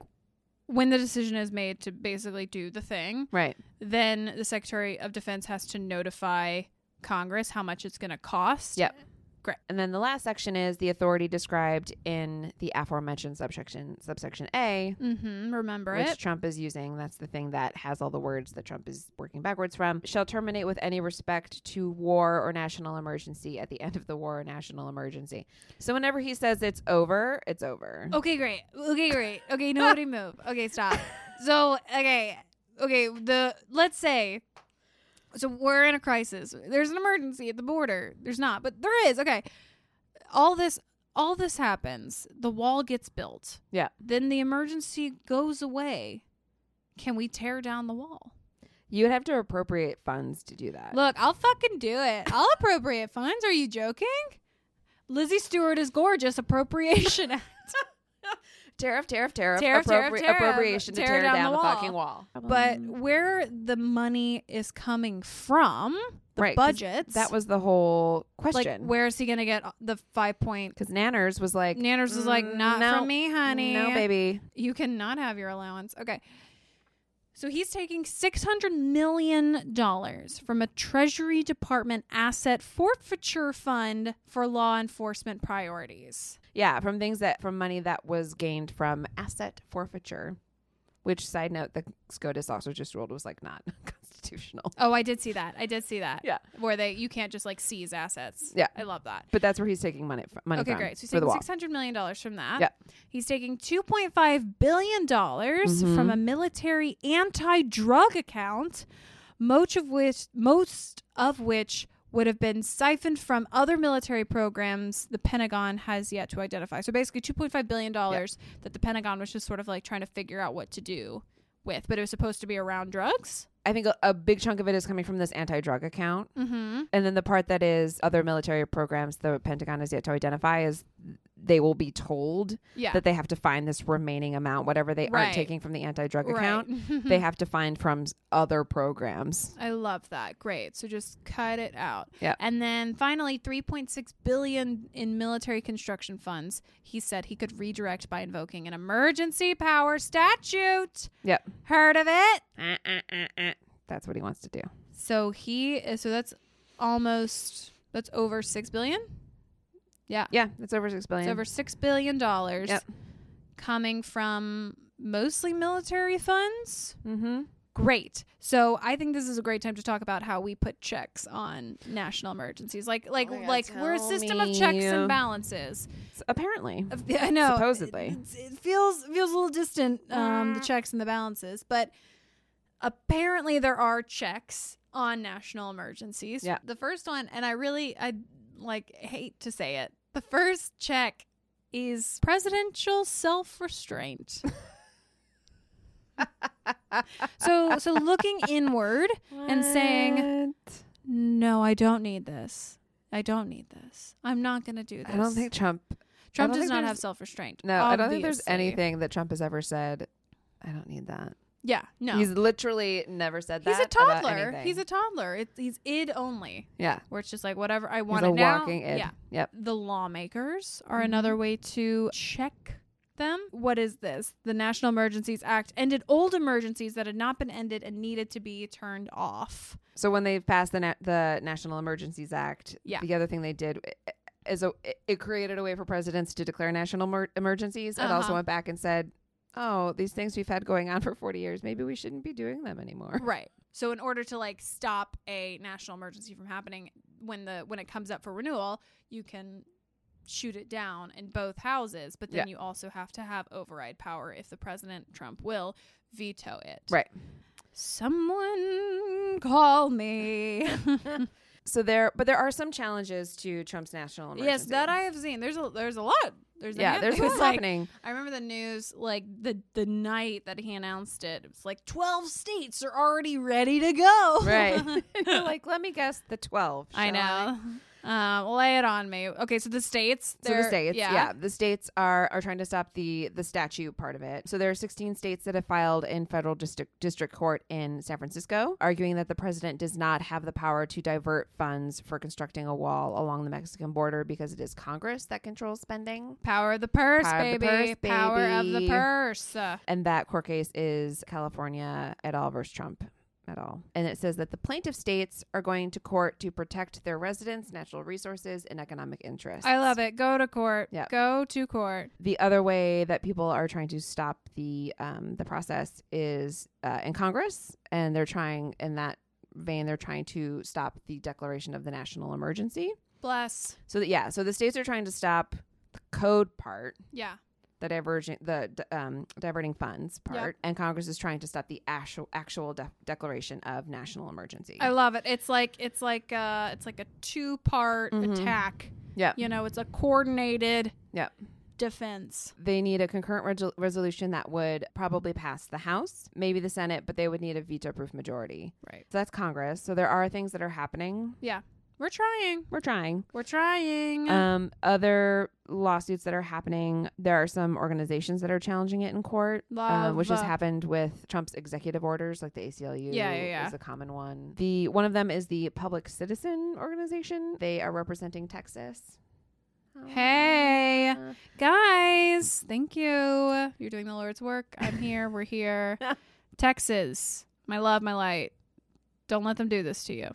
Speaker 2: when the decision is made to basically do the thing
Speaker 1: Right.
Speaker 2: then the secretary of defense has to notify congress how much it's going to cost
Speaker 1: Yep. And then the last section is the authority described in the aforementioned subsection subsection A,
Speaker 2: mm-hmm remember
Speaker 1: which
Speaker 2: it
Speaker 1: Trump is using. That's the thing that has all the words that Trump is working backwards from. Shall terminate with any respect to war or national emergency at the end of the war or national emergency. So whenever he says it's over, it's over.
Speaker 2: Okay, great. Okay, great. Okay, nobody move. Okay, stop. So, okay, okay. The let's say, so we're in a crisis. There's an emergency at the border. There's not, but there is. Okay, all this, all this happens. The wall gets built.
Speaker 1: Yeah.
Speaker 2: Then the emergency goes away. Can we tear down the wall?
Speaker 1: You would have to appropriate funds to do that.
Speaker 2: Look, I'll fucking do it. I'll appropriate funds. Are you joking? Lizzie Stewart is gorgeous. Appropriation Act.
Speaker 1: tariff, tariff, tariff,
Speaker 2: Tariff, tariff,
Speaker 1: appropri-
Speaker 2: tariff.
Speaker 1: appropriation to tear, down, the,
Speaker 2: wall.
Speaker 1: fucking wall.
Speaker 2: but
Speaker 1: Um,
Speaker 2: where the money is coming from, the
Speaker 1: Right, 'cause
Speaker 2: budgets.
Speaker 1: that was the whole
Speaker 2: like,
Speaker 1: question.
Speaker 2: where is he going to get uh, the five point?
Speaker 1: because Nanners was like,
Speaker 2: Nanners is like,
Speaker 1: "Mm,
Speaker 2: not
Speaker 1: no.
Speaker 2: from me, honey.
Speaker 1: No, baby.
Speaker 2: You cannot have your allowance. Okay. So he's taking $600 million from a Treasury Department asset forfeiture fund for law enforcement priorities.
Speaker 1: Yeah, from things that from money that was gained from asset forfeiture. Which side note, the SCOTUS also just ruled was like not constitutional.
Speaker 2: Oh, I did see that. I did see that.
Speaker 1: Yeah.
Speaker 2: Where they, you can't just like seize assets.
Speaker 1: Yeah.
Speaker 2: I love that.
Speaker 1: But that's where he's taking money, fr- money
Speaker 2: okay,
Speaker 1: from.
Speaker 2: great. So he's
Speaker 1: for the
Speaker 2: taking
Speaker 1: wall.
Speaker 2: six hundred million dollars from that.
Speaker 1: Yep.
Speaker 2: He's taking two point five billion dollars
Speaker 1: Mhm.
Speaker 2: from a military anti-drug account, most of which most of which would have been siphoned from other military programs the Pentagon has yet to identify. So basically, two point five billion dollars that the Pentagon was just sort of like trying to figure out what to do with, but it was supposed to be around drugs.
Speaker 1: I think a, a big chunk of it is coming from this anti-drug account,
Speaker 2: Mm-hmm.
Speaker 1: and then the part that is other military programs the Pentagon has yet to identify is they will be told
Speaker 2: Yeah.
Speaker 1: that they have to find this remaining amount, whatever they
Speaker 2: Right.
Speaker 1: aren't taking from the anti-drug
Speaker 2: Right.
Speaker 1: account, they have to find from s- other programs.
Speaker 2: I love that. Great. So just cut it out.
Speaker 1: Yep.
Speaker 2: And then finally 3.6 billion in military construction funds. He said he could redirect by invoking an emergency power statute.
Speaker 1: Yep,
Speaker 2: Heard of it?
Speaker 1: that's what he wants to do.
Speaker 2: So he is so that's almost that's over 6 billion.
Speaker 1: Yeah, it's over six billion.
Speaker 2: It's over 6 billion dollars
Speaker 1: Yep.
Speaker 2: coming from mostly military funds.
Speaker 1: Mm-hmm.
Speaker 2: Great. So I think this is a great time to talk about how we put checks on national emergencies. Like like
Speaker 1: my God,
Speaker 2: like we're a
Speaker 1: tell
Speaker 2: system of
Speaker 1: me.
Speaker 2: checks and balances.
Speaker 1: S- Apparently.
Speaker 2: Of- I know.
Speaker 1: Supposedly.
Speaker 2: It, it- it feels feels a little distant um the checks and the balances, but apparently there are checks on national emergencies.
Speaker 1: Yeah.
Speaker 2: The first one and I really I like hate to say it. The first check is presidential self-restraint. so so looking inward and saying- no, I don't need this. I don't need this. I'm not going to do this.
Speaker 1: I don't think Trump
Speaker 2: Trump
Speaker 1: don't
Speaker 2: does
Speaker 1: think
Speaker 2: not
Speaker 1: there's-
Speaker 2: have self restraint.
Speaker 1: No, I don't think there's anything that Trump has ever said. I don't need that.
Speaker 2: Yeah, no.
Speaker 1: He's literally never said that.
Speaker 2: He's a
Speaker 1: about
Speaker 2: toddler.
Speaker 1: anything.
Speaker 2: He's a toddler. It's, he's id only,
Speaker 1: yeah.
Speaker 2: where it's just like whatever I
Speaker 1: He's
Speaker 2: want
Speaker 1: a
Speaker 2: it now.
Speaker 1: walking id. Mm-hmm.
Speaker 2: Yeah.
Speaker 1: Yep.
Speaker 2: The lawmakers are another way to check them. What is this? The National Emergencies Act ended old emergencies that had not been ended and needed to be turned off.
Speaker 1: So when they passed the na- the National Emergencies Act,
Speaker 2: Yeah.
Speaker 1: the other thing they did i- is a, it created a way for presidents to declare national emer- emergencies. It also
Speaker 2: Uh-huh.
Speaker 1: went back and said, "Oh, these things we've had going on for 40 years, maybe we shouldn't be doing them anymore."
Speaker 2: Right. So in order to like stop a national emergency from happening when the when it comes up for renewal, you can shoot it down in both houses, but then
Speaker 1: Yeah.
Speaker 2: you also have to have override power if the president Trump will veto it.
Speaker 1: Right.
Speaker 2: Someone call me.
Speaker 1: So there, but there are some challenges to Trump's national emergency.
Speaker 2: yes, that I have seen. There's a there's a lot. There's a
Speaker 1: yeah,
Speaker 2: man-
Speaker 1: there's
Speaker 2: it was
Speaker 1: what's
Speaker 2: like-
Speaker 1: happening.
Speaker 2: I remember the news like the the night that he announced it. It was like 12 states are already ready to go.
Speaker 1: Right. You're like, let me guess the 12.
Speaker 2: I
Speaker 1: shall
Speaker 2: know. Um, lay it on me. Okay, so the states.
Speaker 1: So the
Speaker 2: they're-
Speaker 1: states, yeah. the states are are trying to stop the the statute part of it. So there are 16 states that have filed in federal district district court in San Francisco, arguing that the president does not have the power to divert funds for constructing a wall along the Mexican border because it is Congress that controls spending.
Speaker 2: Power of the purse,
Speaker 1: Power of the
Speaker 2: baby.
Speaker 1: purse,
Speaker 2: Power of the
Speaker 1: baby.
Speaker 2: purse. Uh,
Speaker 1: And that court case is California et al. versus Trump et al. And it says that the plaintiff states are going to court to protect their residents, natural resources, and economic interests.
Speaker 2: I love it. Go to court.
Speaker 1: Yep.
Speaker 2: Go to court.
Speaker 1: The other way that people are trying to stop the um, the process is uh, in Congress, and they're trying in that vein they're trying to stop the declaration of the national emergency.
Speaker 2: Bless.
Speaker 1: So that yeah, so the states are trying to stop the code part,
Speaker 2: Yeah.
Speaker 1: the diverging the um, diverting funds part, and Congress is trying to stop the actual actual de- declaration of national emergency.
Speaker 2: I love it. It's like it's like uh it's like a two part
Speaker 1: Mhm.
Speaker 2: attack.
Speaker 1: Yep.
Speaker 2: You know, it's a coordinated
Speaker 1: Yep.
Speaker 2: defense.
Speaker 1: They need a concurrent resol- resolution that would probably pass the House, maybe the Senate, but they would need a veto-proof majority.
Speaker 2: Right.
Speaker 1: So that's Congress. So there are things that are happening.
Speaker 2: Yeah. We're trying.
Speaker 1: We're trying.
Speaker 2: We're trying.
Speaker 1: Um, other lawsuits that are happening. There are some organizations that are challenging it in court, um, which has
Speaker 2: Love.
Speaker 1: happened with Trump's executive orders, like the ACLU.
Speaker 2: Yeah, yeah, yeah.
Speaker 1: is a common one. The one of them is the Public Citizen Organization. They are representing Texas. Um,
Speaker 2: Hey.
Speaker 1: Uh,
Speaker 2: Guys, thank you. You're doing the Lord's work. I'm here. We're here. Texas, my love, my light. Don't let them do this to you.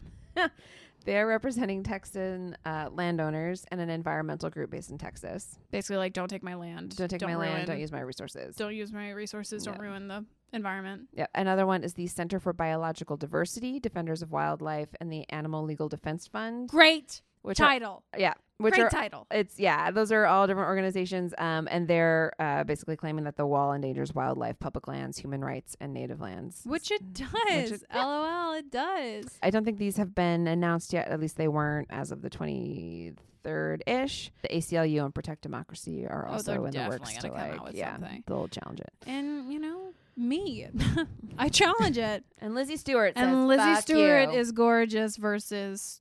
Speaker 1: They are representing Texan uh, landowners and an environmental group based in Texas.
Speaker 2: Basically, like, don't take my land.
Speaker 1: Don't take my land. Don't
Speaker 2: ruin-
Speaker 1: use my resources.
Speaker 2: Don't use my resources. Don't
Speaker 1: Yeah.
Speaker 2: ruin the environment.
Speaker 1: Yep. Another one is the Center for Biological Diversity, Defenders of Wildlife, and the Animal Legal Defense Fund.
Speaker 2: Great
Speaker 1: Which are,
Speaker 2: title.
Speaker 1: yeah, which
Speaker 2: Great
Speaker 1: are
Speaker 2: title.
Speaker 1: it's yeah, those are all different organizations, um, and they're uh, basically claiming that the wall endangers wildlife, public lands, human rights, and native lands.
Speaker 2: Which it does.
Speaker 1: it-
Speaker 2: LOL, it does.
Speaker 1: I don't think these have been announced yet. At least they weren't as of the twenty third ish. The ACLU and Protect Democracy are
Speaker 2: Oh,
Speaker 1: also
Speaker 2: they're
Speaker 1: in the
Speaker 2: definitely
Speaker 1: works to
Speaker 2: gonna come out
Speaker 1: like
Speaker 2: with
Speaker 1: yeah,
Speaker 2: something.
Speaker 1: they'll challenge it.
Speaker 2: And, you know, me. I challenge it.
Speaker 1: And Lizzie Stewart says,
Speaker 2: and Lizzie
Speaker 1: "Fuck
Speaker 2: Stewart
Speaker 1: you."
Speaker 2: is gorgeous versus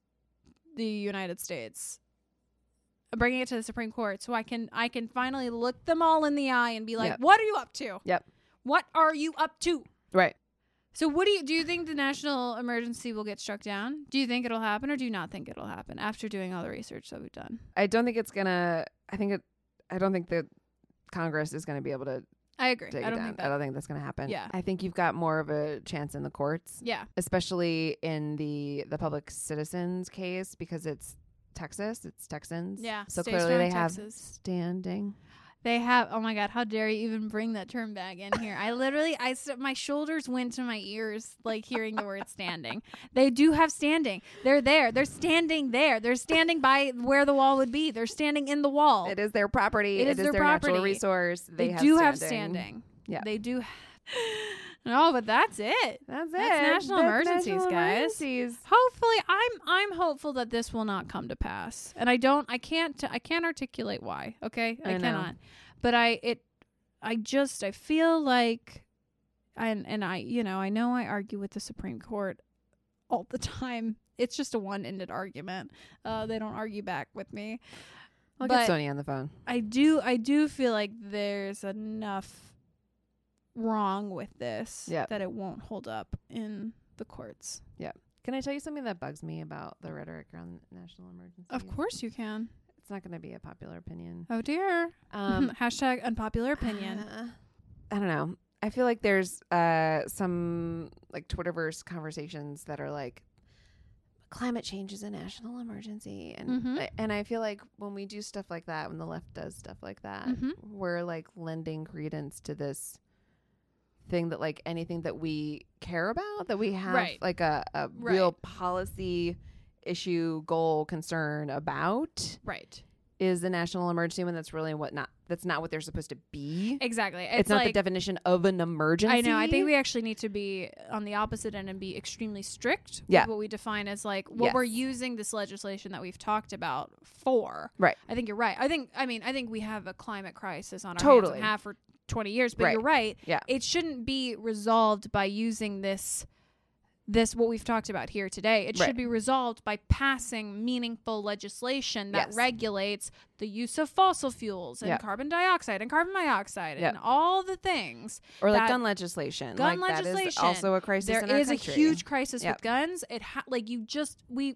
Speaker 2: the United States. I'm bringing it to the Supreme Court so I can I can finally look them all in the eye and be like,
Speaker 1: Yep.
Speaker 2: "What are you up to?
Speaker 1: Yep.
Speaker 2: What are you up to?"
Speaker 1: right.
Speaker 2: So, what do you do? You think the national emergency will get struck down? Do you think it'll happen, or do you not think it'll happen after doing all the research that we've done?
Speaker 1: I don't think it's gonna. I think it. I don't think that Congress is gonna be able to
Speaker 2: I agree.
Speaker 1: take
Speaker 2: I
Speaker 1: it
Speaker 2: don't
Speaker 1: down.
Speaker 2: think
Speaker 1: I
Speaker 2: that.
Speaker 1: don't think that's gonna happen.
Speaker 2: Yeah.
Speaker 1: I think you've got more of a chance in the courts,
Speaker 2: yeah,
Speaker 1: especially in the the public citizens case because it's Texas. It's Texans.
Speaker 2: Yeah,
Speaker 1: So
Speaker 2: stay
Speaker 1: clearly
Speaker 2: strong,
Speaker 1: they have
Speaker 2: Texas.
Speaker 1: standing.
Speaker 2: they have. Oh my God, how dare you even bring that term back in here? I literally, I s- my shoulders went to my ears like hearing the word standing. They do have standing. They're there. They're standing there. They're standing by where the wall would be. They're standing in the wall.
Speaker 1: It is their property.
Speaker 2: It is their
Speaker 1: their, natural
Speaker 2: property.
Speaker 1: resource. They,
Speaker 2: They, do
Speaker 1: have
Speaker 2: have
Speaker 1: standing.
Speaker 2: standing.
Speaker 1: Yeah.
Speaker 2: they do. No, but that's it.
Speaker 1: That's it.
Speaker 2: That's national emergencies,
Speaker 1: national
Speaker 2: guys.
Speaker 1: emergencies.
Speaker 2: Hopefully, I'm I'm hopeful that this will not come to pass, and I don't I can't I can't articulate why. Okay, I,
Speaker 1: I know.
Speaker 2: cannot. But I it I just I feel like, and and I you know I know I argue with the Supreme Court all the time. It's just a one ended argument. Uh, they don't argue back with me.
Speaker 1: I'll
Speaker 2: But-
Speaker 1: get Sony on the phone.
Speaker 2: I do I do feel like there's enough wrong with this
Speaker 1: Yep.
Speaker 2: that it won't hold up in the courts.
Speaker 1: Can I tell you something that bugs me about the rhetoric around national emergency?
Speaker 2: Of course you can.
Speaker 1: It's not going to be a popular opinion.
Speaker 2: Oh dear.
Speaker 1: Um,
Speaker 2: Hashtag unpopular opinion.
Speaker 1: Uh, I don't know. I feel like there's uh, some like Twitterverse conversations that are like climate change is a national emergency and
Speaker 2: Mhm.
Speaker 1: I- and I feel like when we do stuff like that when the left does stuff like that
Speaker 2: Mhm.
Speaker 1: we're like lending credence to this thing that like anything that we care about that we have
Speaker 2: Right.
Speaker 1: like a, a real
Speaker 2: Right.
Speaker 1: policy issue goal concern about
Speaker 2: right.
Speaker 1: is a national emergency when that's really what not that's not what they're supposed to be
Speaker 2: Exactly.
Speaker 1: it's, not the definition of an emergency.
Speaker 2: I know. I think we actually need to be on the opposite end and be extremely strict with
Speaker 1: Yeah.
Speaker 2: what we define as like what we're
Speaker 1: Yes.
Speaker 2: using this legislation that we've talked about for.
Speaker 1: Right.
Speaker 2: I think you're right. I think I mean I think we have a climate crisis on our hands
Speaker 1: Totally.
Speaker 2: and have for 20 years, but
Speaker 1: Right.
Speaker 2: you're right.
Speaker 1: Yeah.
Speaker 2: It shouldn't be resolved by using this this what we've talked about here today. It
Speaker 1: Right.
Speaker 2: should be resolved by passing meaningful legislation that
Speaker 1: Yes.
Speaker 2: regulates the use of fossil fuels and
Speaker 1: Yeah.
Speaker 2: carbon dioxide and carbon monoxide
Speaker 1: Yeah.
Speaker 2: and all the things
Speaker 1: or like
Speaker 2: that-
Speaker 1: gun legislation.
Speaker 2: gun
Speaker 1: like that is
Speaker 2: legislation.
Speaker 1: also a crisis.
Speaker 2: there
Speaker 1: in our
Speaker 2: is a
Speaker 1: country.
Speaker 2: huge crisis
Speaker 1: Yep.
Speaker 2: with guns it ha- like you just we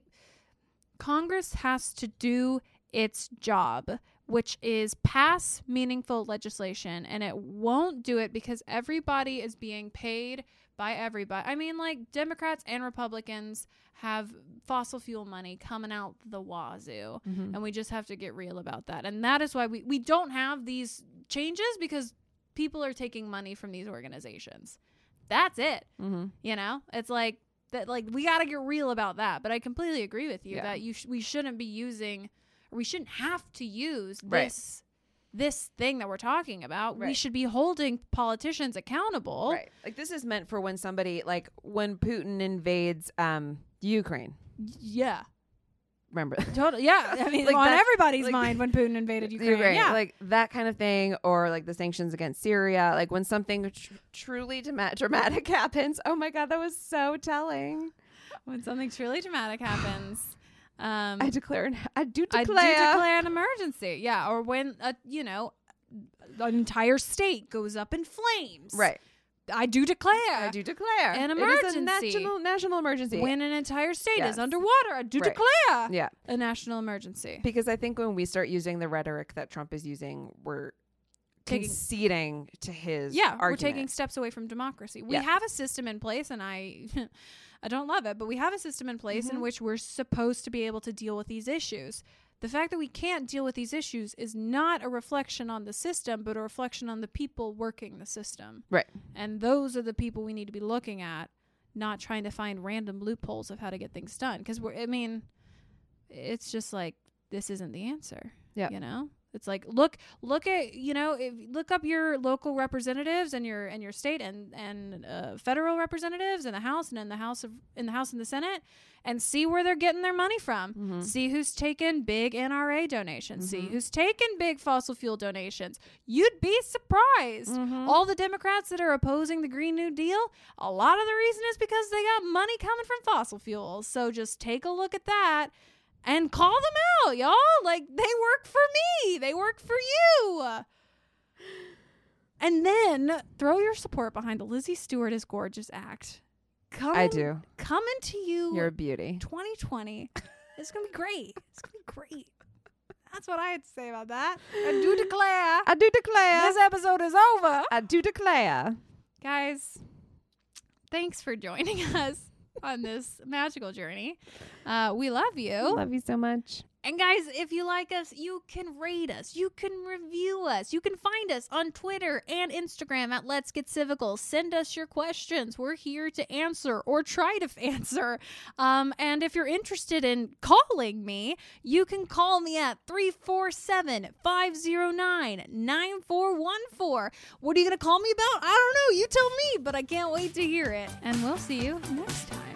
Speaker 2: congress has to do its job which is pass meaningful legislation and it won't do it because everybody is being paid by everybody i mean like democrats and republicans have fossil fuel money coming out the wazoo
Speaker 1: Mhm.
Speaker 2: and we just have to get real about that and that is why we, we don't have these changes because people are taking money from these organizations that's it
Speaker 1: Mhm.
Speaker 2: you know it's like that like we got to get real about that but i completely agree with you
Speaker 1: Yeah.
Speaker 2: that you sh- we shouldn't be using we shouldn't have to use
Speaker 1: Right.
Speaker 2: this this thing that we're talking about we
Speaker 1: Right.
Speaker 2: should be holding politicians accountable
Speaker 1: Right. Like this is meant for when somebody like when Putin invades um Ukraine.
Speaker 2: yeah
Speaker 1: Remember
Speaker 2: totally yeah i mean
Speaker 1: Like,
Speaker 2: on
Speaker 1: that's-
Speaker 2: everybody's
Speaker 1: like-
Speaker 2: mind when putin invaded ukraine,
Speaker 1: Ukraine,
Speaker 2: yeah
Speaker 1: like that kind of thing, or like the sanctions against Syria. Like when something tr- truly dema- dramatic happens. Oh my god, that was so telling.
Speaker 2: when something truly dramatic happens um
Speaker 1: I declare, an, I do
Speaker 2: I
Speaker 1: declare,
Speaker 2: do declare an emergency. Yeah, or when a you know an entire state goes up in flames.
Speaker 1: right.
Speaker 2: I do declare.
Speaker 1: I do declare
Speaker 2: An
Speaker 1: It is a
Speaker 2: emergency.
Speaker 1: national national emergency.
Speaker 2: When an entire state
Speaker 1: Yes.
Speaker 2: is underwater, I do
Speaker 1: Right.
Speaker 2: declare
Speaker 1: yeah.
Speaker 2: a national emergency.
Speaker 1: Because I think when we start using the rhetoric that Trump is using, we're
Speaker 2: Taking-
Speaker 1: conceding to his
Speaker 2: yeah, we're
Speaker 1: argument.
Speaker 2: taking steps away from democracy. We
Speaker 1: Yeah.
Speaker 2: have a system in place, and I, I don't love it, but we have a system in place
Speaker 1: Mm-hmm.
Speaker 2: in which we're supposed to be able to deal with these issues. The fact that we can't deal with these issues is not a reflection on the system, but a reflection on the people working the system.
Speaker 1: Right.
Speaker 2: And those are the people we need to be looking at, not trying to find random loopholes of how to get things done. Because we're, I mean, it's just like this isn't the answer.
Speaker 1: Yeah.
Speaker 2: You know, it's like look, look at you know, if, look up your local representatives and your and your state and and uh, federal representatives in the House and in the House of in the House and the Senate, and see where they're getting their money from.
Speaker 1: Mm-hmm.
Speaker 2: See who's taking big NRA donations. See
Speaker 1: Mhm.
Speaker 2: who's taking big fossil fuel donations. You'd be surprised.
Speaker 1: Mhm.
Speaker 2: All the Democrats that are opposing the Green New Deal, a lot of the reason is because they got money coming from fossil fuels. So just take a look at that and call them out, y'all. Like they work for me, they work for you. And then throw your support behind the Lizzie Stewart is Gorgeous Act. Coming,
Speaker 1: I do.
Speaker 2: Coming to you
Speaker 1: You're a beauty.
Speaker 2: 2020. It's gonna be great. It's gonna be great. That's what I had to say about that. I do declare
Speaker 1: I do declare.
Speaker 2: this episode is over.
Speaker 1: I do declare.
Speaker 2: Guys, thanks for joining us on this magical journey. Uh, we love you.
Speaker 1: Love you so much.
Speaker 2: And guys, if you like us, you can rate us, you can review us, you can find us on Twitter and Instagram at Let's Get Civical. Send us your questions; we're here to answer or try to f- answer. Um, and if you're interested in calling me, you can call me at 347-509-9414. What are you gonna call me about? I don't know. You tell me, but I can't wait to hear it. And we'll see you next time.